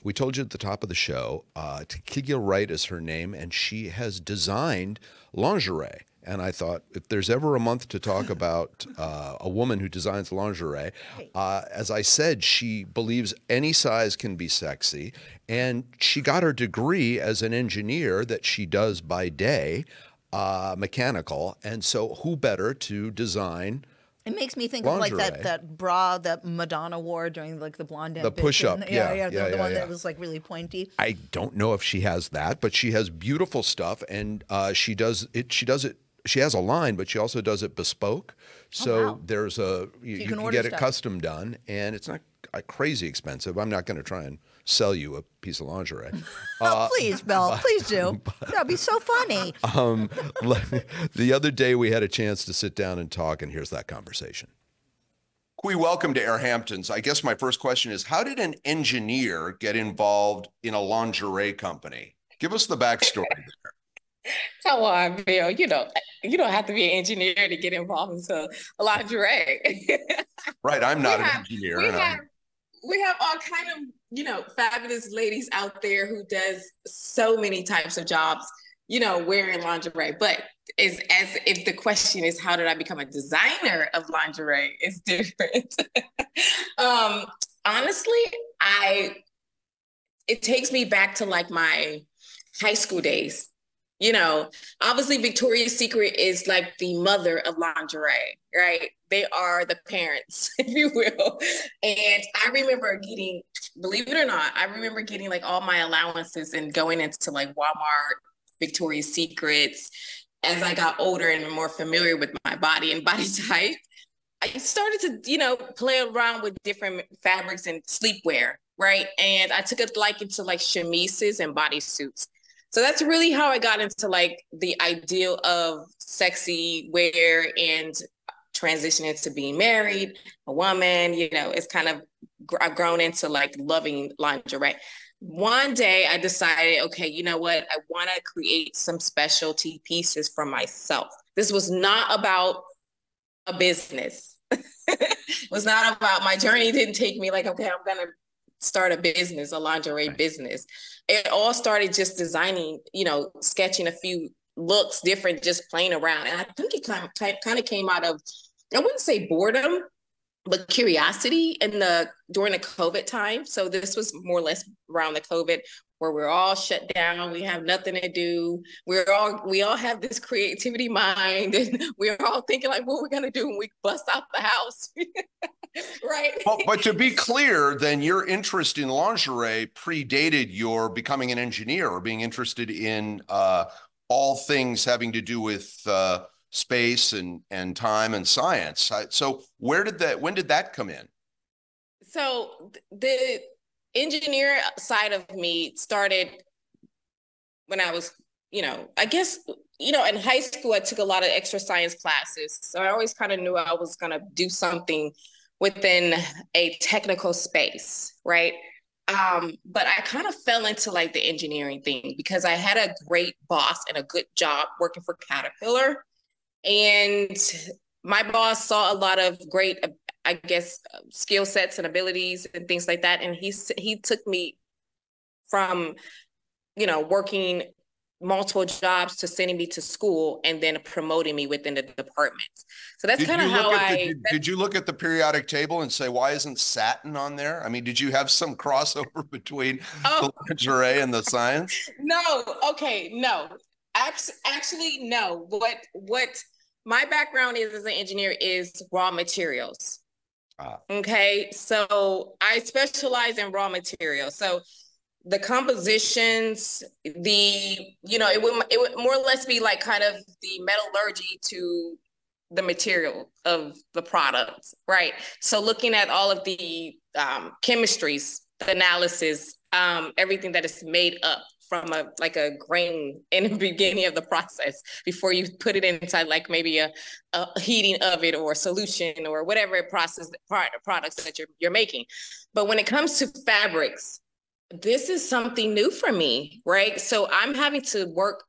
A: We told you at the top of the show, uh, Takiya Wright is her name, and she has designed lingerie. And I thought, if there's ever a month to talk about uh, a woman who designs lingerie, uh, as I said, she believes any size can be sexy. And she got her degree as an engineer that she does by day, uh, mechanical. And so, who better to design
B: It makes me think of like
A: Lingerie.
B: that, that bra that Madonna wore during like the blonde
A: The push-up, yeah,
B: yeah, the,
A: yeah,
B: the
A: yeah,
B: one
A: yeah.
B: that was like really pointy.
A: I don't know if she has that, but she has beautiful stuff, and uh, she does it. She does it. She has a line, but she also does it bespoke. So
B: Oh, wow.
A: there's a you, you
B: can
A: can,
B: order
A: get it
B: stuff.
A: custom done, and it's not uh, crazy expensive. I'm not going to try and sell you a piece of
B: <laughs>
A: lingerie. Uh,
B: oh,
A: <laughs>
B: please, Belle, please do. That'd be so funny.
A: Le- Um, the other day we had a chance to sit down and talk, and here's that conversation. We welcome to Air Hamptons. I guess my first question is How did an engineer get involved in a lingerie company? Give us the backstory.
D: Come on, Bill. You know, you don't have to be an engineer to get involved into a lingerie. <laughs>
A: right, I'm not
D: We
A: an
D: have-
A: engineer.
D: we
A: and I'm-
D: have we have all kind of you know fabulous ladies out there who does so many types of jobs. You know, wearing lingerie, but is as if the question is how did I become a designer of lingerie? It's <laughs> different. um, honestly, I it takes me back to like my high school days. You know, obviously Victoria's Secret is like the mother of lingerie, right? They are the parents, <laughs> if you will. And I remember getting, believe it or not, I remember getting like all my allowances and going into like Walmart, Victoria's Secrets. As I got older and more familiar with my body and body <laughs> type, I started to, you know, play around with different fabrics and sleepwear, right? And I took a liking to like chemises and bodysuits. So that's really how I got into like the ideal of sexy wear and transitioning to being married, a woman, you know, it's kind of gr- I've grown into like loving lingerie. One day I decided, okay, you know what? I want to create some specialty pieces for myself. This was not about a business. <laughs> it was not about my journey didn't take me like, okay, I'm gonna start a business, a lingerie business. It all started just designing, you know, sketching a few looks different, just playing around. And I think it kind of, kind of came out of, I wouldn't say boredom, but curiosity in the during the COVID time. So this was more or less around the COVID where we're all shut down, we have nothing to do. We're all we all have this creativity mind <laughs> and we're all thinking like what we're gonna do when we bust out the house. <laughs> right.
A: Well, but to
D: <laughs>
A: be clear, then your interest in lingerie predated your becoming an engineer or being interested in uh, all things having to do with uh, space and, and time and science. I- So where did that? When did that come in?
D: So th- the engineer side of me started when I was, you know, I guess, you know, in high school, I took a lot of extra science classes. So I always kind of knew I was going to do something within a technical space, right? Um, but I kind of fell into like the engineering thing because I had a great boss and a good job working for Caterpillar. And my boss saw a lot of great, I guess, skill sets and abilities and things like that. And he s- he took me from, you know, working multiple jobs to sending me to school and then promoting me within the department. So that's
A: Did
D: kind
A: you
D: of
A: look
D: how
A: at
D: I.
A: the- did- Did you look at the periodic table and say, why isn't satin on there? I mean, did you have some crossover <laughs> between
D: Oh.
A: the lingerie and the science?
D: <laughs> No, okay, no. Abs- actually, no. What what my background is as an engineer is raw materials.
A: Ah.
D: Okay, so I specialize in raw materials. So the compositions, the you know, it would it would more or less be like kind of the metallurgy to the material of the product, right? So looking at all of the um, chemistries, the analysis, um, everything that is made up from a like a grain <laughs> in the beginning of the process before you put it inside like maybe a, a heating oven or solution or whatever process part products that you're you're making. But when it comes to fabrics, this is something new for me, right? So I'm having to work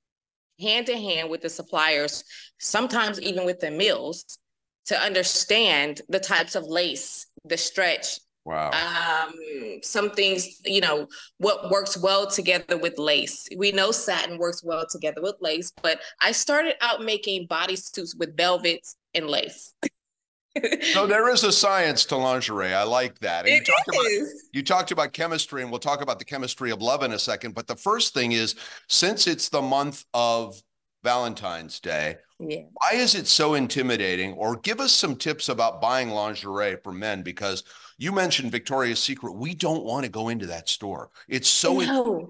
D: hand to hand with the suppliers, sometimes even with the mills, to understand the types of lace, the stretch,
A: Wow.
D: um, some things, you know, what works well together with lace. We know satin works well together with lace, but I started out making bodysuits with velvets and lace. <laughs>
A: So there is a science to lingerie. I like that. And you
D: It
A: talked about-
D: is.
A: You talked about chemistry, and we'll talk about the chemistry of love in a second. But the first thing is since it's the month of Valentine's Day.
D: Yeah.
A: Why is it so intimidating? Or give us some tips about buying lingerie for men because you mentioned Victoria's Secret. We don't want to go into that store. It's so
D: no,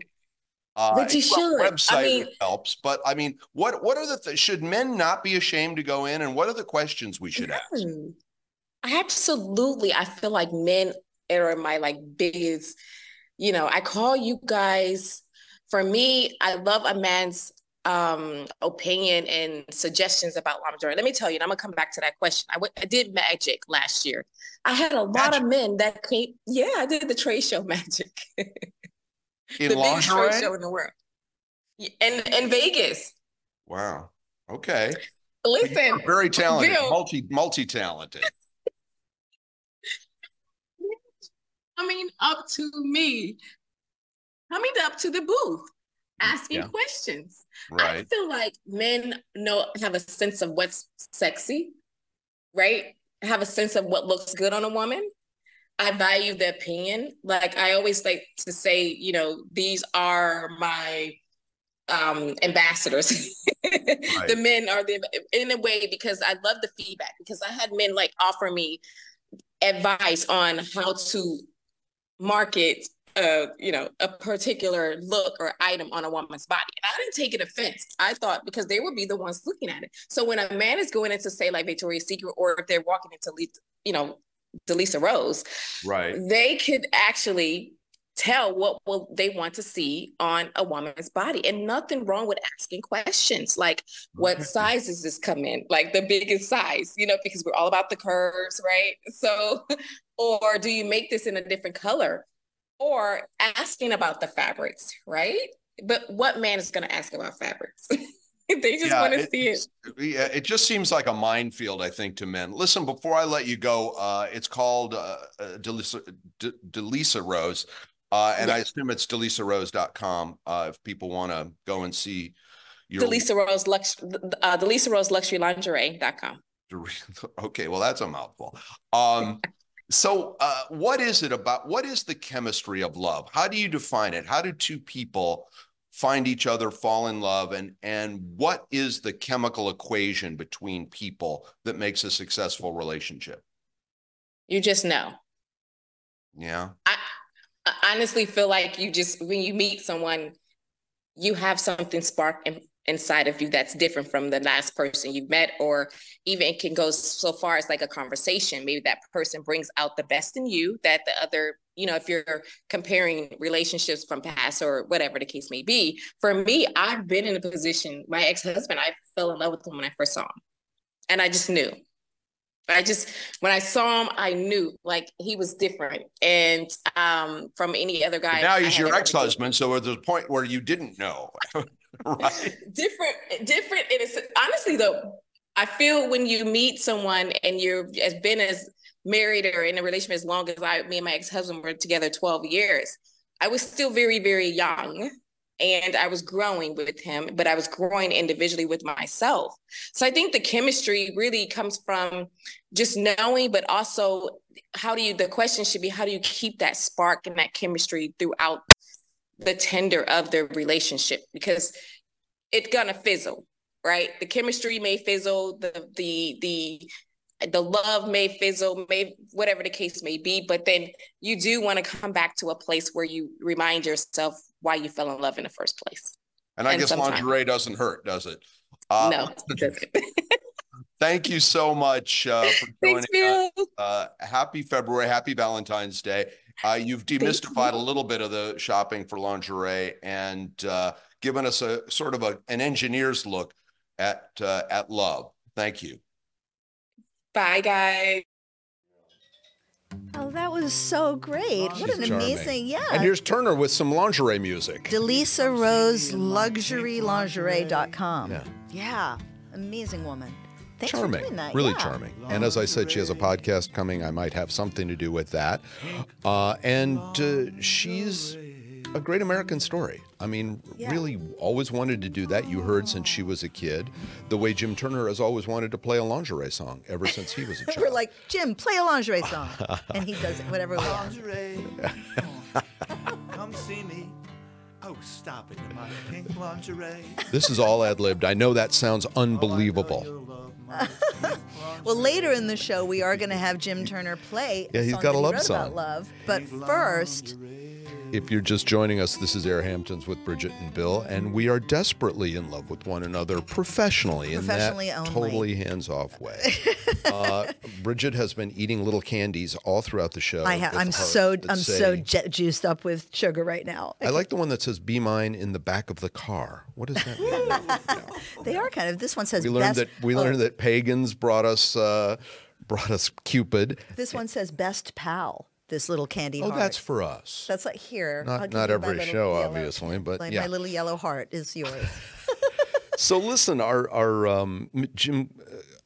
A: uh,
D: But you
A: it's- well,
D: should. I
A: Website
D: mean-
A: helps, but I mean, what what are the th- should men not be ashamed to go in, and what are the questions we should ask?
D: no. Absolutely. I feel like men are my like biggest, you know, I call you guys. For me, I love a man's um opinion and suggestions about lingerie. Let me tell you, and I'm gonna come back to that question. I went, I did magic last year. I had a lot of men that came. Yeah, I did the trade show magic.
A: In
D: the biggest trade
A: lingerie?
D: show in the world. Y- In in Vegas.
A: Wow. Okay. So you
D: Listen,
A: are very talented,
D: Bill.
A: multi multi talented.
D: coming up to me, coming up to the booth, asking
A: Yeah.
D: questions. I
A: Right.
D: feel like men know have a sense of what's sexy, right? Have a sense of what looks good on a woman. I value the opinion. Like I always like to say, you know, these are my um ambassadors. <laughs> The men are the in a way because I love the feedback because I had men like offer me advice on how to market uh you know a particular look or item on a woman's body and i didn't take it offense i thought because they would be the ones looking at it so when a man is going into say like victoria's secret or if they're walking into Le- you know delisa rose <laughs>
A: Right.
D: they could actually tell what will they want to see on a woman's body and nothing wrong with asking questions like what
A: Okay.
D: size does this come in like the biggest size you know because we're all about the curves right <laughs> so or do you make this in a different color or asking about the fabrics right but what man is going to ask about fabrics <laughs> they just
A: Yeah,
D: want to
A: it-
D: see it
A: it's- Yeah, it just seems like a minefield, I think, to men. Listen, before I let you go, uh, it's called uh, uh, Delisa, D- Delisa Rose, uh, and I assume it's delisarose.com uh, if people want to go and see your.
D: the lisa rose lux uh, the lisa rose luxury lingerie.com
A: <laughs> okay, well, that's a mouthful. Um, so, uh, what is it about? What is the chemistry of love? How do you define it? How do two people find each other, fall in love, and and what is the chemical equation between people that makes a successful relationship?
D: you just know
A: Yeah,
D: I honestly feel like you just when you meet someone, you have something spark in, inside of you that's different from the last person you met, or even it can go so far as like a conversation. Maybe that person brings out the best in you that the other, you know, if you're comparing relationships from past or whatever the case may be. For me, I've been in a position. My ex husband, I fell in love with him when I first saw him, and I just knew. I just when I saw him, I knew like he was different and um from any other guy.
A: But now
D: I
A: he's
D: had
A: your
D: ever
A: ex husband, so there's a point where you didn't know, <laughs> right?
D: dated. Different, different. And it's honestly though, I feel when you meet someone and you're as been as married or in a relationship as long as I, me and my ex husband were together twelve years, I was still very, very young. And I was growing with him, but I was growing individually with myself. So I think the chemistry really comes from just knowing, but also how do you, the question should be, how do you keep that spark and that chemistry throughout the tender of the relationship? Because it's gonna fizzle, right? The chemistry may fizzle, the, the, the, the love may fizzle, may whatever the case may be, but then you do want to come back to a place where you remind yourself why you fell in love in the first place.
A: And I
D: And
A: guess
D: sometimes-
A: lingerie doesn't hurt, does it? Uh,
D: no, it doesn't.
A: Thank you so much uh, for joining
D: <laughs> Thanks,
A: us.
D: Bill.
A: uh, happy February, happy Valentine's Day. Uh, you've demystified a little bit of the shopping for lingerie and uh, given us a sort of a, an engineer's look at uh, at love. Thank you.
D: Bye, guys.
B: Oh, that was so great. what an
A: charming.
B: amazing, yeah.
A: And here's Turner with some lingerie music.
B: Delisa Rose Luxury Lingerie.com. Yeah. Amazing woman. Thanks for
A: charming,
B: doing that.
A: really
B: yeah.
A: charming. And as I said, she has a podcast coming. I might have something to do with that. Uh, and uh, she's a great American story. I mean,
B: Yeah.
A: really always wanted to do that. You heard since she was a kid, the way Jim Turner has always wanted to play a lingerie song ever since he was a child.
B: <laughs> We're like, Jim, play a lingerie
A: <laughs>
B: song.
E: <laughs>
B: and he does it, whatever we want.
F: lingerie. Come see me Oh, stop it, my pink lingerie.
A: This is all ad libbed. I know that sounds
F: Oh, I know
A: unbelievable.
F: you'll love my pink lingerie.
B: Well, later in the show, we are going to have Jim Turner play.
A: Yeah,
B: a
A: he's
B: song
A: got a
B: that he
A: love
B: wrote
A: song.
B: About love, but
F: Pink
B: first,
F: lingerie.
A: If you're just joining us, this is Air Hamptons with Bridget and Bill, and we are desperately in love with one another professionally, in that
B: Professionally only.
A: totally hands off
B: <laughs>
A: way. uh, Bridget has been eating little candies all throughout the show.
B: I ha-
A: with
B: I'm
A: hearts
B: so
A: that
B: I'm
A: say-
B: so ju- juiced up with sugar right now.
A: I like the one that says "Be mine" in the back of the car. What does that mean?
B: <laughs> They are kind of. This one says
A: we learned
B: best.
A: that we
B: oh,
A: learned that pagans brought us uh, brought us Cupid.
B: This one says best pal. This little candy.
A: Oh,
B: heart.
A: that's for us.
B: That's like here. I'll
A: Not
B: give
A: not
B: you my
A: every
B: little
A: show,
B: yellow-
A: obviously, but
B: like,
A: yeah.
B: My little yellow heart
A: <laughs>
B: is yours.
A: So listen, our our um, m- Jim,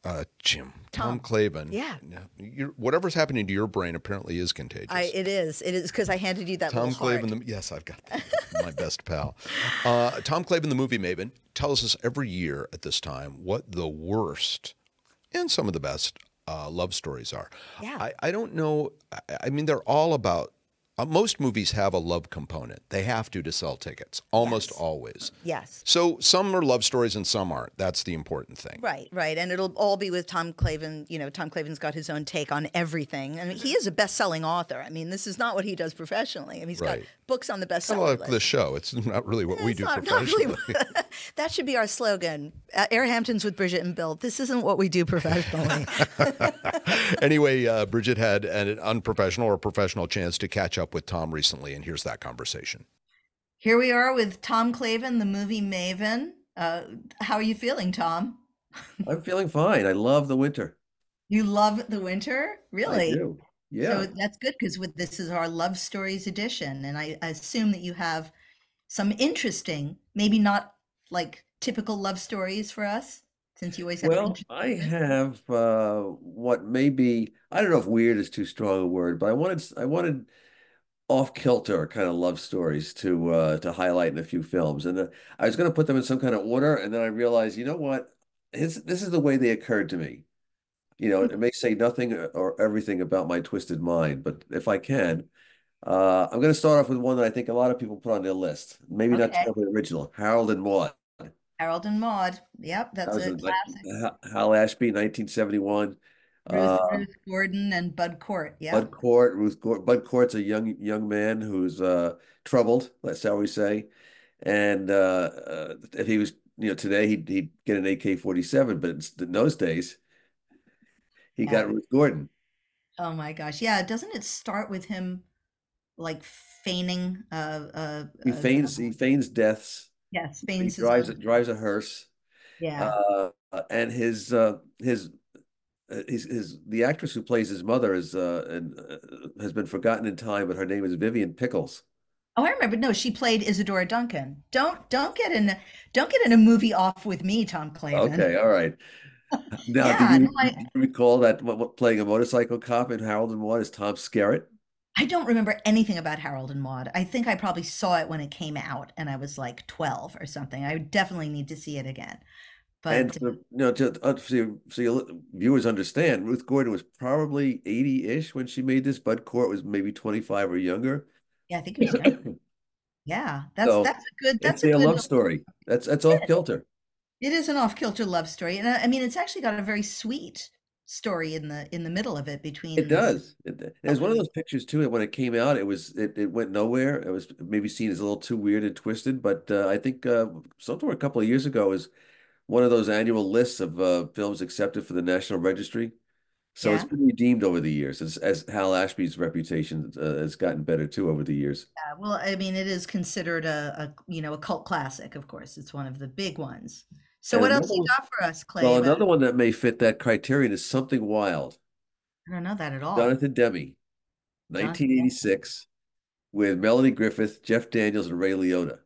A: uh, uh, Jim, Tom, Claiborne.
B: Yeah.
A: Your, whatever's happening to your brain apparently is contagious.
B: I, it is. It is because I handed you that
A: Tom
B: little heart.
A: Claiborne, the, yes, I've got that. <laughs> my best pal. Uh, Tom Claiborne, the movie maven, tells us every year at this time what the worst and some of the best uh, love stories are.
B: Yeah.
A: I, I don't know. I, I mean, they're all about. Uh, most movies have a love component. They have to to sell tickets, almost always.
B: yes.
A: So some are love stories and some aren't. That's the important thing.
B: Right, right, and it'll all be with Tom Clavin. You know, Tom Clavin's got his own take on everything. I mean, he is a best-selling author. I mean, this is not what he does professionally. I mean, he's
A: Right.
B: got books on the
A: Kind
B: bestseller
A: of like
B: list.
A: the show. It's not really what we
B: It's
A: do
B: not- <laughs> not
A: professionally.
B: really what- that should be our slogan: uh, Air Hamptons with Bridget and Bill. This isn't what we
A: <laughs>
B: do professionally.
A: anyway, uh, Bridget had an unprofessional or professional chance to catch up with Tom recently, and here's that conversation.
B: Here we are with Tom Clavin, the movie Maven. Uh, how are you feeling, Tom?
G: I'm feeling fine. I love the winter.
B: You love the winter,
G: I
B: really?
G: do.
B: So
G: Yeah.
B: that's good because with this is our love stories edition, and I I assume that you have some interesting, maybe not like typical love stories for us, since you always have.
G: Well,
B: interesting-
G: I have uh, what may be, I don't know if weird is too strong a word, but I wanted s- I wanted off kilter kind of love stories to uh, to highlight in a few films, and uh, I was going to put them in some kind of order, and then I realized, you know what? This this is the way they occurred to me. You
B: Hmm.
G: know, it may say nothing or- or everything about my twisted mind, but if I can, Uh, I'm going to start off with one that I think a lot of people put on their list. Maybe not
B: Okay.
G: terribly original. Harold and Maude.
B: Harold and Maude. Yep,
G: That
B: that's
G: was
B: a
G: in, like,
B: classic.
G: H- Hal Ashby, 1971.
B: Ruth,
G: Uh,
B: Ruth Gordon and Bud Cort. Yeah.
G: Bud Cort, Ruth Gor Bud Cort's a young young man who's uh, troubled. That's how we say. And uh, uh, if he was, you know, today he'd he'd get an AK-47, but it's, in those days he
B: Yeah.
G: got Ruth Gordon.
B: Oh my gosh. Yeah. Doesn't it start with him like feigning? Uh, uh,
G: He
B: uh,
G: feigns he feigns deaths.
B: Yes,
G: He
B: feigns his
G: drives
B: own-
G: drives a hearse.
B: Yeah.
G: uh, and his uh, his uh, his his the actress who plays his mother is uh, and uh, has been forgotten in time, but her name is Vivian Pickles.
B: Oh, I remember. No, she played Isadora Duncan. Don't don't get in a- don't get in a movie off with me, Tom Clavin.
G: Okay,
B: <laughs>
G: all right. Now, do
B: Yeah,
G: you,
B: no, I-
G: do you recall that what, what, playing a motorcycle cop in Harold and Maude is Tom Skerritt?
B: I don't remember anything about Harold and Maude. I think I probably saw it when it came out and I was like 12 or something. I would definitely need to see it again.
G: And
B: But
G: for- you know, to, uh, so, you- so your li- viewers understand, Ruth Gordon was probably 80-ish when she made this. Bud Cort was maybe 25 or younger.
B: yeah, I think
G: <laughs> <coughs>
B: it was
G: It's
B: 90. Yeah, that's
G: So,
B: that's a good that's a
G: their
B: good
G: love
B: little-
G: story. That's that's off kilter.
B: It is an off-kilter love story. And uh, I, I mean, it's actually got a very sweet story in the in the middle of it between
G: It does. It, it was one of
B: Okay.
G: those pictures too that when it came out, it was it, it went nowhere. It was maybe seen as a little too weird and twisted, but uh, I think uh, somewhere a couple of years ago is one of those annual lists of uh, films accepted for the National Registry. So it's
B: Yeah.
G: been redeemed over the years as, as Hal Ashby's reputation uh, has gotten better too over the years.
B: Yeah, uh, well, I mean, it is considered a, a you know a cult classic, of course. It's one of the big ones. So
G: And
B: what else
G: another
B: you
G: one-
B: got for us, Clay?
G: Well,
B: What-
G: another one that may fit that criterion is Something Wild.
B: I don't know that at all.
G: Jonathan Demme,
B: Demme.
G: 1986, with Melanie Griffith, Jeff Daniels, and Ray Liotta.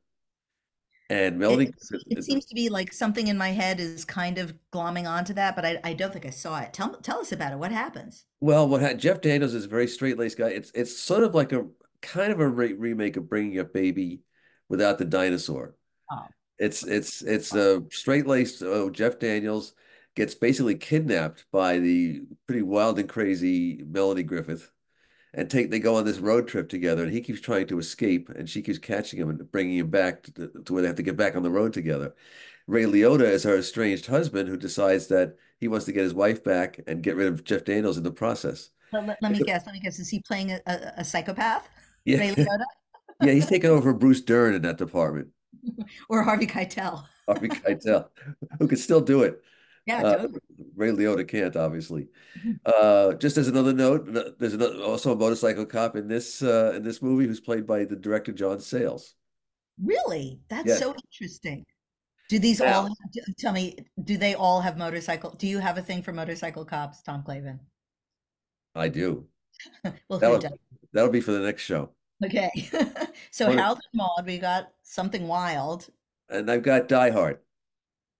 G: And Melanie
B: It,
G: Griffith
B: it
G: is
B: seems to be like something in my head is kind of glomming onto that, but I, I don't think I saw it. Tell tell us about it. What happens?
G: Well, what ha Jeff Daniels is a very straight-laced guy. It's it's sort of like a kind of a re remake of Bringing Up Baby without the dinosaur.
B: Oh.
G: It's it's it's a straight-laced uh, Jeff Daniels gets basically kidnapped by the pretty wild and crazy Melanie Griffith, and take they go on this road trip together, and he keeps trying to escape, and she keeps catching him and bringing him back to, to where they have to get back on the road together. Ray Liotta is her estranged husband who decides that he wants to get his wife back and get rid of Jeff Daniels in the process.
B: But let, let me guess. Let me guess. Is he playing a, a, a psychopath?
G: Yeah.
B: Ray Liotta
G: <laughs> Yeah, he's taken over for Bruce Dern in that department. <laughs>
B: or Harvey Keitel?
G: Harvey Keitel, who could still do it.
B: Yeah,
G: Uh,
B: totally. Mm-hmm.
G: Ray Liotta can't, obviously. Uh, just as another note, n- there's another, also a motorcycle cop in this uh, in this movie who's played by the director John Sayles.
B: Really? That's
G: yeah.
B: so interesting. Do these all have- d- tell me, do they all have motorcycle? Do you have a thing for motorcycle cops, Tom Clavin? <laughs>
G: I do.
B: Well, who
G: That'll
B: does?
G: that'll be for the next show.
B: Okay. <laughs> So
G: Well, it-
B: Harold and Maude, we got something wild.
G: And I've got Die Hard.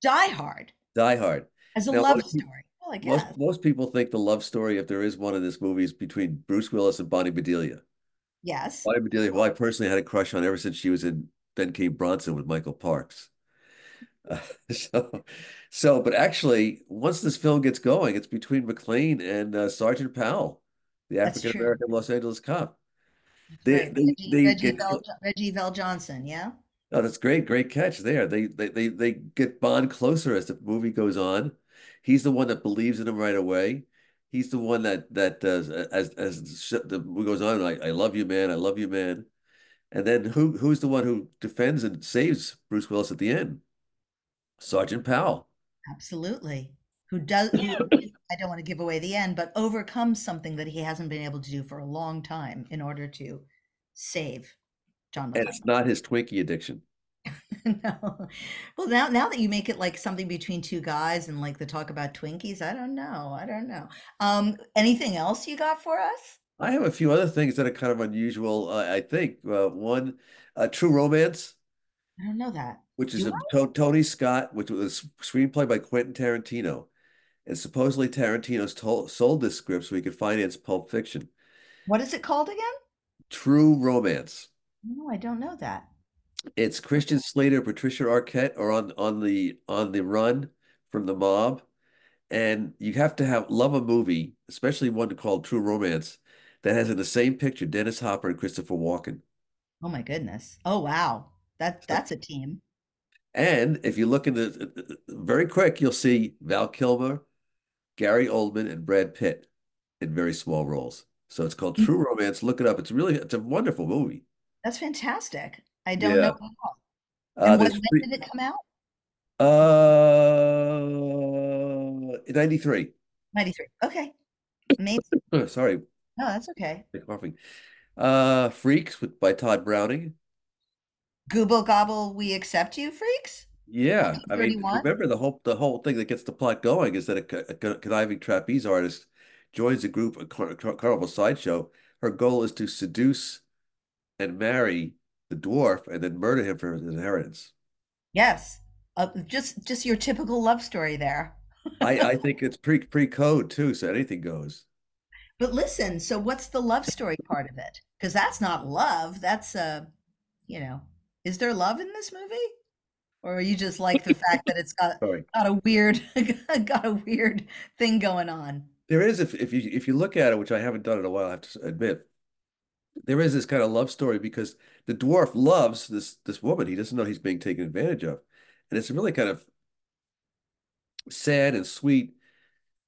B: Die Hard
G: Die Hard.
B: as a
G: Now,
B: love
G: most peop-
B: story. Well, I
G: Most
B: guess.
G: most people think the love story, if there is one in this movie, is between Bruce Willis and Bonnie Bedelia.
B: Yes.
G: Bonnie Bedelia, who I personally had a crush on ever since she was in Ben K. Bronson with Michael Parks. <laughs> Uh, so, so, but actually, once this film gets going, it's between McLean and uh, Sergeant Powell, the
B: That's true.
G: African American Los Angeles cop. They,
B: Right.
G: they,
B: Reggie,
G: they
B: Reggie
G: get,
B: Bell, Reggie Bell Johnson. Yeah.
G: oh, that's great, great catch there. They, they, they, they get Bond closer as the movie goes on. He's the one that believes in him right away. He's the one that that does as as the sh- the movie goes on. I, I love you, man. I love you, man. And then who who's the one who defends and saves Bruce Willis at the end? Sergeant Powell.
B: Absolutely. Who does, who, I don't want to give away the end, but overcomes something that he hasn't been able to do for a long time in order to save John
G: And
B: McClane.
G: it's not his Twinkie addiction.
B: <laughs> No. Well, now now that you make it like something between two guys and like the talk about Twinkies, I don't know. I don't know. Um, anything else you got for us?
G: I have a few other things that are kind of unusual, uh, I think. Uh, one, uh, True Romance,
B: I don't know that.
G: which is
B: Do
G: a To- Tony Scott, which was a screenplay by Quentin Tarantino. And supposedly Tarantino's told, sold this script so he could finance Pulp Fiction.
B: What is it called again?
G: True Romance.
B: No, I don't know that.
G: It's Christian Slater, Patricia Arquette are on on the on the run from the mob, and you have to have love a movie, especially one called True Romance, that has in the same picture Dennis Hopper and Christopher Walken.
B: Oh my goodness. Oh wow. That that's a team.
G: And if you look in the uh, very quick, you'll see Val Kilmer, Gary Oldman, and Brad Pitt in very small roles. So it's
B: Mm.
G: called True Romance. Look it up. It's really it's a wonderful movie.
B: That's fantastic. I don't
G: Yeah.
B: know at all.
G: Uh,
B: And what
G: there's
B: when
G: three,
B: did it come out?
G: uh, 93.
B: 93. Okay. Amazing.
G: Oh, sorry,
B: No, that's okay.
G: Big coughing. Uh, Freaks with by Todd Browning.
B: Google gobble, we accept you, freaks?
G: Yeah, I mean,
B: 31?
G: remember the whole the whole thing that gets the plot going is that a, co- a co- conniving trapeze artist joins a group, a car- car- carnival sideshow. Her goal is to seduce and marry the dwarf and then murder him for his inheritance.
B: Yes. Uh, just just your typical love story there.
G: I I think it's pre pre-code too, so anything goes.
B: But listen, so what's the love story part of it? Because that's not love. That's uh, you know, is there love in this movie? Or are you just like the fact that it's got
G: Sorry.
B: got a weird <laughs> got a weird thing going on?
G: There is if if you if you look at it, which I haven't done in a while, I have to s- admit, there is this kind of love story because the dwarf loves this this woman. He doesn't know he's being taken advantage of, and it's a really kind of sad and sweet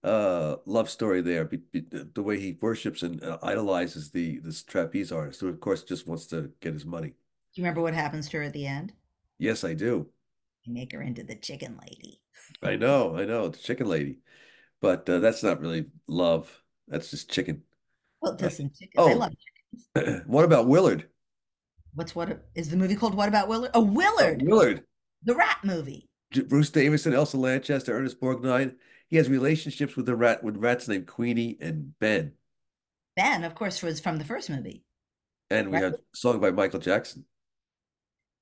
G: uh love story there. Be, be, the the way he worships and uh, idolizes the this trapeze artist, who of course just wants to get his money.
B: Do you remember what happens to her at the end?
G: Yes, I do.
B: They make her into the chicken lady.
G: I know, I know, the chicken lady, but uh, that's not really love. That's just chicken. <clears throat>
B: Well, listen, chickens. I
G: Oh.
B: love chickens.
G: What about Willard?
B: What's what is the movie called? What about Willard? Oh, Willard,
G: Willard.
B: the rat movie.
G: J- Bruce Davison, Elsa Lanchester, Ernest Borgnine. He has relationships with the rat with rats named Queenie and Ben.
B: Ben, of course, was from the first movie.
G: And we
B: Right.
G: have a song by Michael Jackson.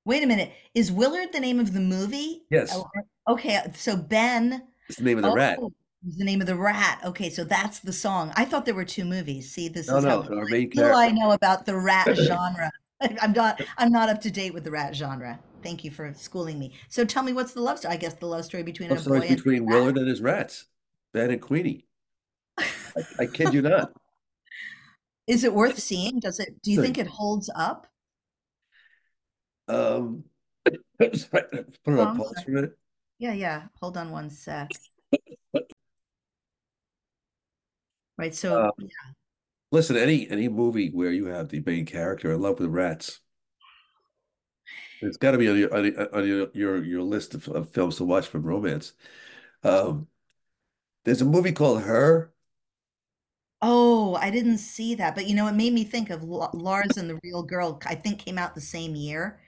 B: Wait a minute. Is Willard the name of the movie?
G: Yes.
B: Oh, Okay, so Ben,
G: It's the name of the rat.
B: oh, is the name of the rat. Okay, so that's the song. I thought there were two movies. See, this
G: No,
B: is how
G: no, our main
B: little I
G: character.
B: know about the
G: <laughs>
B: rat genre. <laughs> I'm not I'm not up to date with the rat genre. Thank you for schooling me. So tell me what's the love story? I guess the love story between
G: Love
B: a
G: stories
B: boy and
G: between Willard
B: <laughs>
G: and his rats, Ben and Queenie. I, I kid you not.
B: Is it worth seeing? Does it? Do you think it holds up?
G: Um, <coughs> sorry, put it
B: Oh,
G: on
B: I'm
G: pause
B: sorry.
G: for a minute.
B: Yeah, yeah. Hold on one sec. Right. So
G: Um, Listen, any any movie where you have the main character in love with rats, it's got to be on your on your on your- your your list of, of films to watch from romance. Um, there's a movie called Her.
B: Oh, I didn't see that, but you know, it made me think of L Lars and the Real Girl. I think came out the same year,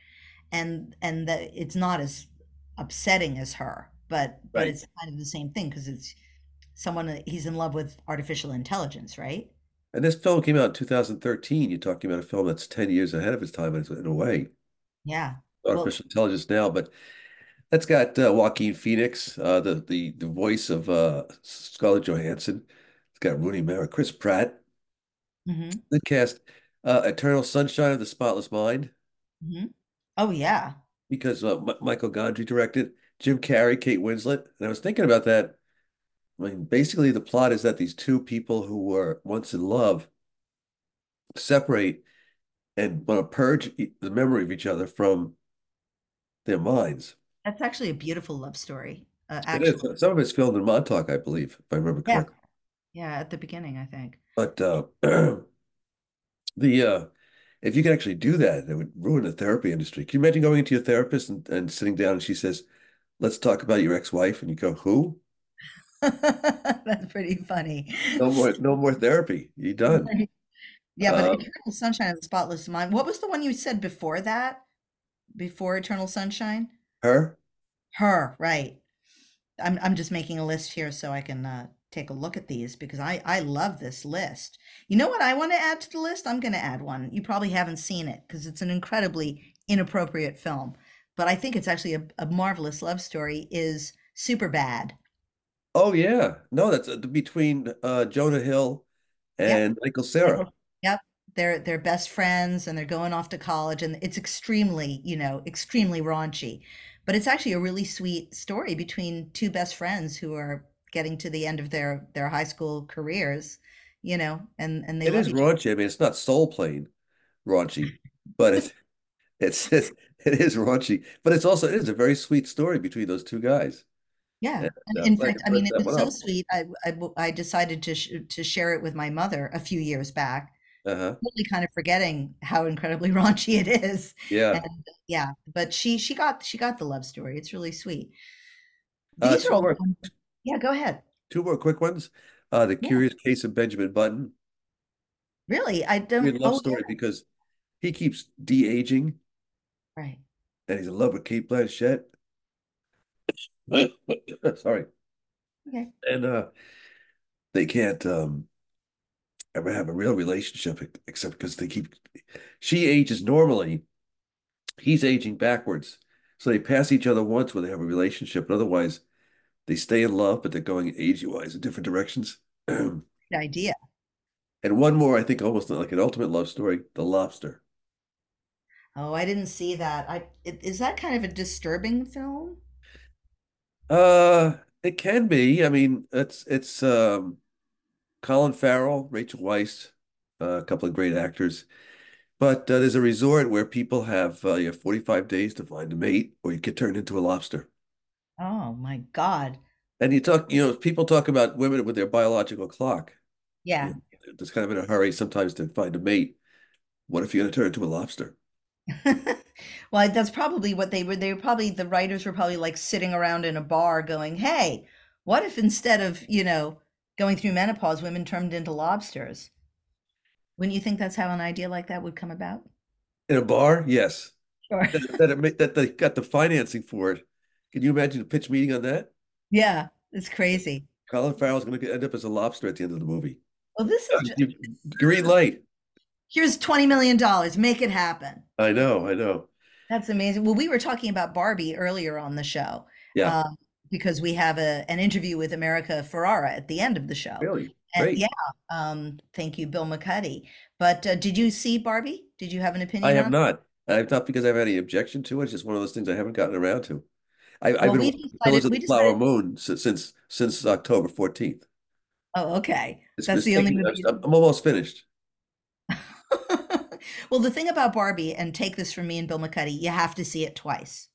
B: and and that it's not as upsetting as her, but but
G: Right.
B: it's kind of the same thing because it's someone that he's in love with artificial intelligence, right?
G: And this film came out in 2013. You're talking about a film that's 10 years ahead of its time in, in a way.
B: Yeah. Well-
G: Artificial intelligence now, but that's got uh, Joaquin Phoenix, uh, the the the voice of uh, Scarlett Johansson. It's got Rooney Mara, Chris Pratt.
B: hmm
G: The cast, uh, Eternal Sunshine of the Spotless Mind,
B: hmm Oh yeah.
G: because uh, M Michael Gondry directed. Jim Carrey, Kate Winslet, and I was thinking about that. I mean, basically, the plot is that these two people who were once in love separate and want to purge e- the memory of each other from their minds.
B: That's actually a beautiful love story, uh,
G: It is.
B: actually.
G: Some of it's filmed in Montauk, I believe, if I remember
B: Yeah.
G: correctly.
B: Yeah, at the beginning, I think.
G: But uh, <clears throat> the uh, if you could actually do that, it would ruin the therapy industry. Can you imagine going into your therapist and, and sitting down and she says, "Let's talk about your ex-wife," and you go, "Who?
B: <laughs> That's pretty funny.
G: No more, no more therapy.
B: <laughs>
G: You're done."
B: Yeah, but
G: Um,
B: Eternal Sunshine of the Spotless Mind. What was the one you said before that? Before Eternal Sunshine?
G: Her?
B: Her, right. I'm I'm just making a list here so I can uh, take a look at these because I I love this list. You know what I want to add to the list? I'm going to add one. You probably haven't seen it because it's an incredibly inappropriate film, but I think it's actually a, a marvelous love story. Is Superbad.
G: Oh yeah. No, that's uh, between uh, Jonah Hill
B: Yeah.
G: and Michael Cera.
B: Yep. They're they're best friends and they're going off to college and it's extremely, you know, extremely raunchy. But it's actually a really sweet story between two best friends who are getting to the end of their their high school careers, you know, and and they
G: It
B: love
G: is
B: each
G: raunchy. I mean, it's not soul plane raunchy, but it's it's <laughs> it's it is raunchy. But it's also it is a very sweet story between those two guys.
B: Yeah, and
G: And uh,
B: in
G: glad
B: fact,
G: you
B: I
G: brought
B: mean, it was
G: that one
B: so
G: up.
B: sweet. I I w- I decided to sh to share it with my mother a few years back,
G: Uh-huh.
B: really kind of forgetting how incredibly <laughs> raunchy it is.
G: Yeah.
B: And yeah, but she she got she got the love story. It's really sweet.
G: Uh,
B: These are
G: two
B: all
G: more
B: the ones- Yeah, go ahead.
G: two more quick ones. Uh, The
B: Yeah.
G: Curious Case of Benjamin Button.
B: Really? I don't.
G: Weird love
B: Oh,
G: story because he keeps de-aging
B: yeah, right.
G: and he's in love with Kate Blanchett. <laughs> Sorry.
B: Okay.
G: And uh they can't um ever have a real relationship ex- except because they keep she ages normally, he's aging backwards. So they pass each other once when they have a relationship, but otherwise they stay in love, but they're going age-wise in different directions. <clears throat> And
B: Good idea.
G: one more, I think almost like an ultimate love story, The Lobster.
B: Oh, I didn't see that. I it, is that kind of a disturbing film?
G: Uh, it can be. I mean, it's it's um Colin Farrell, Rachel Weisz, uh, a couple of great actors. But uh, there's a resort where people have uh, you have 45 days to find a mate, or you get turned into a lobster.
B: Oh my God.
G: And you talk, you know, people talk about women with their biological clock.
B: Yeah.
G: It's kind of in a hurry sometimes to find a mate. What if you're gonna turn into a lobster?
B: <laughs> Well, that's probably what they were. They were probably the writers were probably like sitting around in a bar going, "Hey, what if instead of, you know, going through menopause, women turned into lobsters?" Wouldn't you think that's how an idea like that would come about?
G: In a bar? Yes.
B: Sure.
G: That that, it, ma- that they got the financing for it. Can you imagine a pitch meeting on that?
B: Yeah, it's crazy.
G: Colin Farrell's gonna end up as a lobster at the end of the movie.
B: Well, this
G: Uh,
B: is ju-
G: you- Green light.
B: here's $20 million. Make it happen.
G: I know, I know.
B: That's amazing. Well, we were talking about Barbie earlier on the show,
G: Yeah,
B: um, because we have a an interview with America Ferrara at the end of the show.
G: really
B: And
G: great.
B: yeah, um, thank you, Bill McCuddy. But uh, did you see Barbie? Did you have an
G: I
B: opinion
G: have
B: on it?
G: not. I've not because I've had any objection to it. It's just one of those things I haven't gotten around to. I, I've
B: Well,
G: been
B: we
G: watching Killers
B: decided
G: of
B: we
G: the Flower
B: decided.
G: Moon since since, since October 14th.
B: Oh, okay.
G: It's
B: That's the only
G: mistaken. I'm,
B: movie.
G: I'm almost finished.
B: <laughs> Well, the thing about Barbie, and take this from me and Bill McCuddy, you have to see it twice.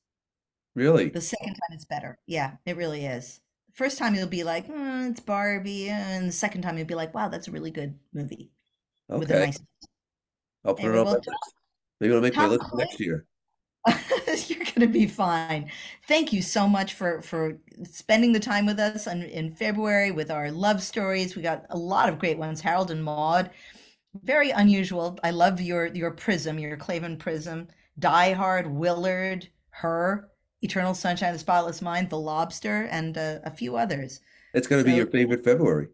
G: Really?
B: The second time it's better. Yeah, it really is. First time you'll be like, "Mm, it's Barbie, and the second time you'll be like, wow, that's a really good movie with a
G: Okay.
B: nice. <laughs>
G: I'll put it
B: Anyway,
G: on my
B: well,
G: list. Maybe it'll make my
B: Tom,
G: list for next year.
B: You're going to be fine. Thank you so much for for spending the time with us in, in February with our love stories. We got a lot of great ones, Harold and Maude. Very unusual. I love your your prism, your Clavin prism. Die Hard, Willard, Her, Eternal Sunshine of the Spotless Mind, The Lobster, and uh, a few others.
G: It's going to be
B: So
G: your favorite February.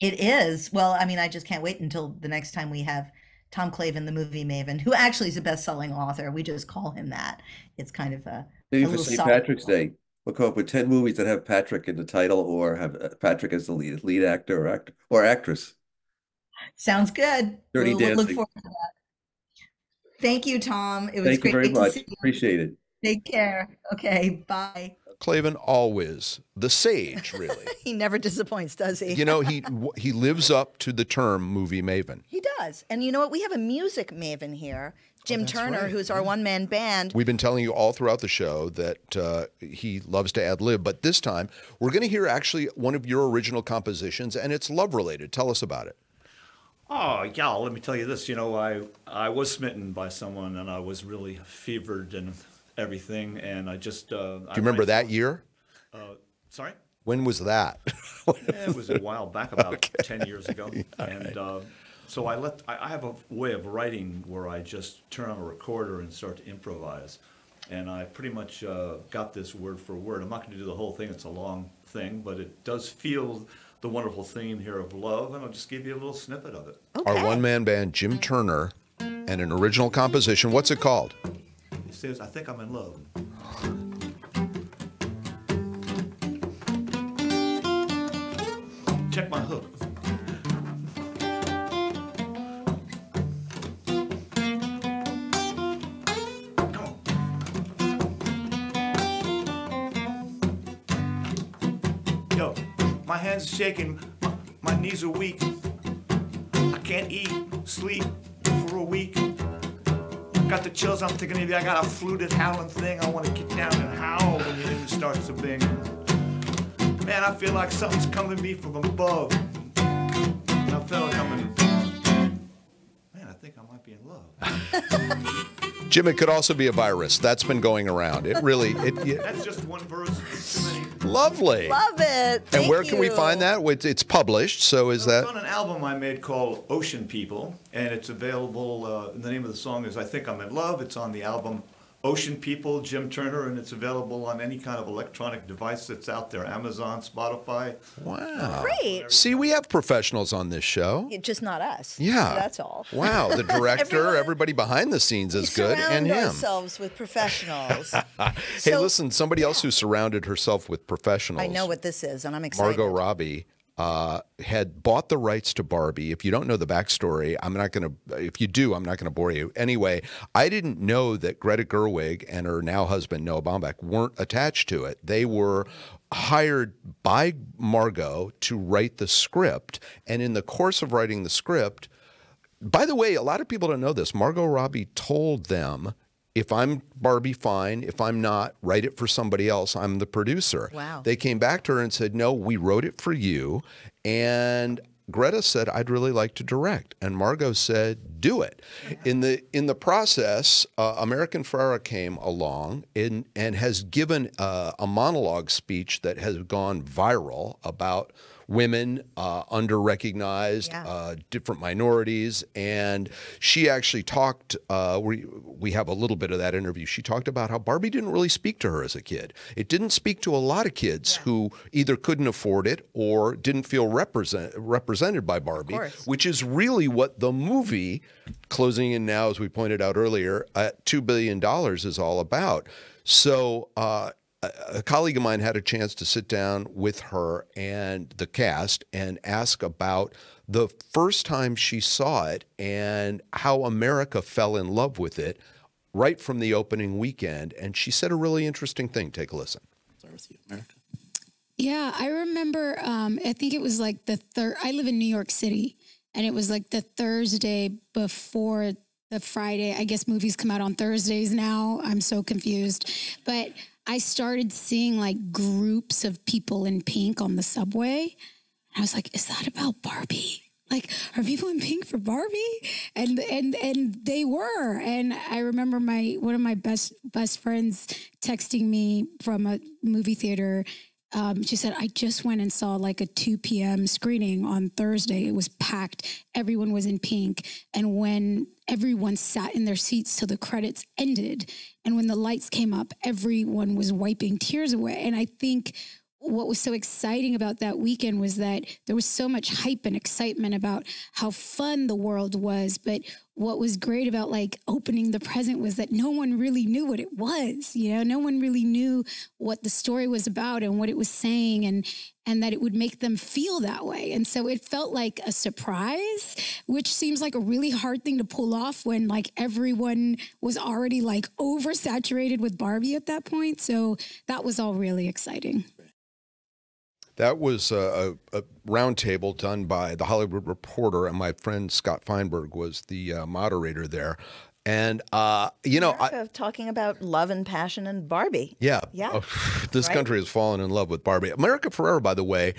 B: it is. Well, I mean, I just can't wait until the next time we have Tom Clavin, the movie maven, who actually is a best-selling author. We just call him that. It's kind of a
G: Maybe
B: a
G: for
B: little
G: St.
B: side.
G: Patrick's Day, we'll come up with 10 movies that have Patrick in the title or have uh, Patrick as the lead, lead actor or act, or actress.
B: Sounds good.
G: Dirty
B: We'll we'll look
G: Dancing.
B: forward to that. Thank you, Tom. It was
G: Thank
B: great
G: you very
B: to
G: much.
B: see you.
G: Appreciate it.
B: Take care. Okay, bye.
A: Clavin always the
B: <laughs>
A: sage, really.
B: He never disappoints, does he?
A: you know, he he lives up to the term movie maven.
B: He does. And you know what? We have a music maven here,
A: Oh,
B: Jim
F: that's
B: Turner,
F: right,
B: who's our
A: Mm-hmm.
F: yeah.
B: one-man band.
A: We've been telling you all throughout the show that uh, he loves to ad lib, but this time we're going to hear actually one of your original compositions, and it's love related. Tell us about it.
E: Oh yeah, let me tell you this. You know, I I was smitten by someone, and I was really fevered and everything. And I just uh,
A: Do you remember that year?
E: Sorry,
A: When was
B: <laughs>
A: that?
E: Eh, it was a while back, about ten years ago. and uh, so I let I, I have a way of writing where I just turn on a recorder and start to improvise. And I pretty much uh, got this word for word. I'm not going to do the whole thing; it's a long thing, but it does feel the wonderful theme here of love. And I'll just give you a little snippet of it.
A: Our one man band, Jim Turner, and an original composition. What's it called?
E: It says, "I think I'm in love." Check my hook. Come on. Yo, my hands are shaking, my, my knees are weak. I can't eat, sleep for a week. Got the chills, I'm thinking maybe I got a fluted howling thing. I wanna get down and howl when your image starts to bing. Man, I feel like something's coming to me from above. And I feel like I'm in. Man, I think I might be in love.
A: Jim, it could also be a virus. That's been going around. It really, it,
B: <laughs>
A: it
E: That's just one verse. It's too many.
A: lovely.
B: Love it.
A: and
B: Thank
A: where can we find
B: you.
A: that? It's, it's published, so is that
E: It's on an album I made called Ocean People, and it's available. Uh, the name of the song is I Think I'm in Love. It's on the album Ocean People, Jim Turner, and it's available on any kind of electronic device that's out there Amazon, Spotify.
A: wow?
B: Great.
A: See, we have professionals on this show.
B: Yeah, Just not us.
A: Yeah.
B: That's all.
A: <laughs> Wow, the director,
B: Everyone-
A: everybody behind the scenes is good, and
B: Surround
A: him.
B: ourselves with professionals.
A: <laughs> Hey, listen, somebody else who surrounded herself with professionals.
B: I know what this is, and I'm excited.
A: Margot Robbie uh, had bought the rights to Barbie. If you don't know the backstory, I'm not going to. If you do, I'm not going to bore you. Anyway, I didn't know that Greta Gerwig and her now husband Noah Baumbach weren't attached to it. They were hired by Margot to write the script, and in the course of writing the script. By the way, a lot of people don't know this. Margot Robbie told them, if I'm Barbie, fine. If I'm not, write it for somebody else. I'm the producer.
B: Wow.
A: They came back to her and said, no, we wrote it for you. And Greta said, I'd really like to direct. And Margot said, do it. In the in the process, uh, American Farah came along and, and has given uh, a monologue speech that has gone viral about women uh, under-recognized,
B: Yeah.
A: uh, different minorities, and she actually talked. Uh, we we have a little bit of that interview. She talked about how Barbie didn't really speak to her as a kid. It didn't speak to a lot of kids who either couldn't afford it or didn't feel represent, represented by Barbie,
B: course.
A: which is really what the movie, closing in now as we pointed out earlier, at two billion dollars is all about. So. Uh, a a colleague of mine had a chance to sit down with her and the cast and ask about the first time she saw it and how America fell in love with it right from the opening weekend. And she said a really interesting thing. Take a listen.
H: Yeah, I remember. Um, I think it was like the third. I live in New York City, and it was like the Thursday before the Friday. I guess movies come out on Thursdays now. I'm so confused. But I started seeing like groups of people in pink on the subway. And I was like, is that about Barbie? Like, are people in pink for Barbie? And and and they were. And I remember my one of my best best friends texting me from a movie theater. Um, she said, I just went and saw like a 2 p.m. screening on Thursday. It was packed. Everyone was in pink. And when everyone sat in their seats till the credits ended, and when the lights came up, everyone was wiping tears away. And I think what was so exciting about that weekend was that there was so much hype and excitement about how fun the world was but what was great about like opening the present was that no one really knew what it was you know no one really knew what the story was about and what it was saying and and that it would make them feel that way and so it felt like a surprise which seems like a really hard thing to pull off when like everyone was already like oversaturated with barbie at that point so that was all really exciting
A: That was a, a, a roundtable done by the Hollywood Reporter, and my friend Scott Feinberg was the uh, moderator there. And uh, you know, I,
B: America talking about love and passion and Barbie.
A: yeah,
B: Yeah.
A: Oh, <laughs> this
B: Right?
A: country has fallen in love with Barbie. America Ferrera, by the way,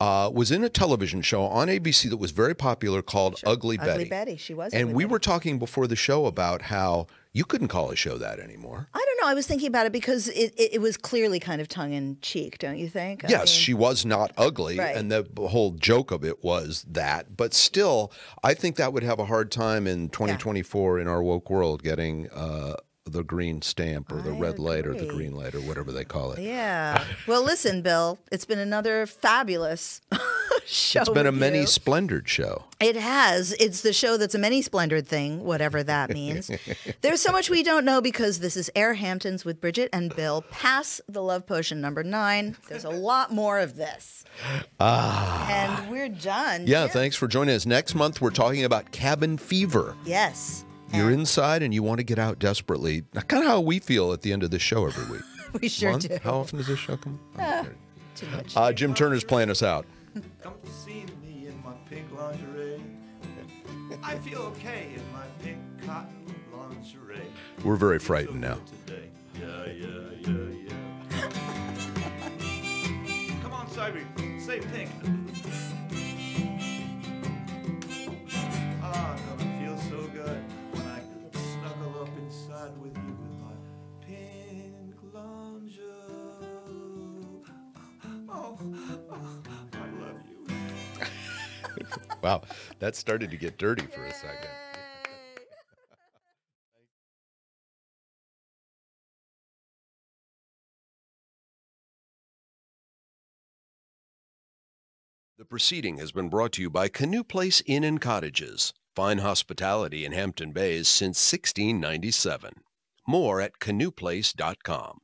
A: uh, was in a television show on ABC that was very popular called Ugly Betty.
B: Ugly Betty, she was
A: And
B: Ugly
A: we
B: Betty.
A: were talking before the show about how you couldn't call a show that anymore.
B: I don't know. I was thinking about it because it, it, it was clearly kind of tongue in cheek, don't you think? I
A: Yes,
B: mean-
A: she was not ugly,
B: Right.
A: and the b- whole joke of it was that. But still, I think that would have a hard time in 2024 in our woke world getting uh, the green stamp or the
B: I
A: red light or the
B: agree.
A: green light or whatever they call it.
B: Yeah. Well, listen, Bill, it's been another fabulous <laughs> show.
A: It's been a
B: with
A: many
B: you.
A: splendored show.
B: It has. It's the show that's a many splendored thing, whatever
A: <laughs>
B: that means. There's so much we don't know because this is Air Hamptons with Bridget and Bill. Pass the love potion number nine. There's a lot more of this. Ah. And we're done.
A: Yeah, thanks for joining us. Next month, we're talking about cabin fever.
B: Yes.
A: You're inside and you want to get out desperately. Kind of how we feel at the end of this show every week.
B: We <laughs> sure
A: Month?
B: do. Ah,
A: How often does this show come?
B: Too much.
A: Uh, Jim Turner's playing us out.
F: Come see me in my pink lingerie. I feel okay in my pink cotton lingerie.
A: We're very frightened now.
F: Today. Yeah, yeah, yeah, yeah. Come on, Cyber. Say pink. Ah, no, it feels so good when I snuggle up inside with you with my pink lingerie. Oh, oh, I love you.
A: <laughs> Wow, that started to get dirty for a second. The proceeding has been brought to you by Canoe Place Inn and Cottages, fine hospitality in Hampton Bays since 1697. More at canoeplace.com.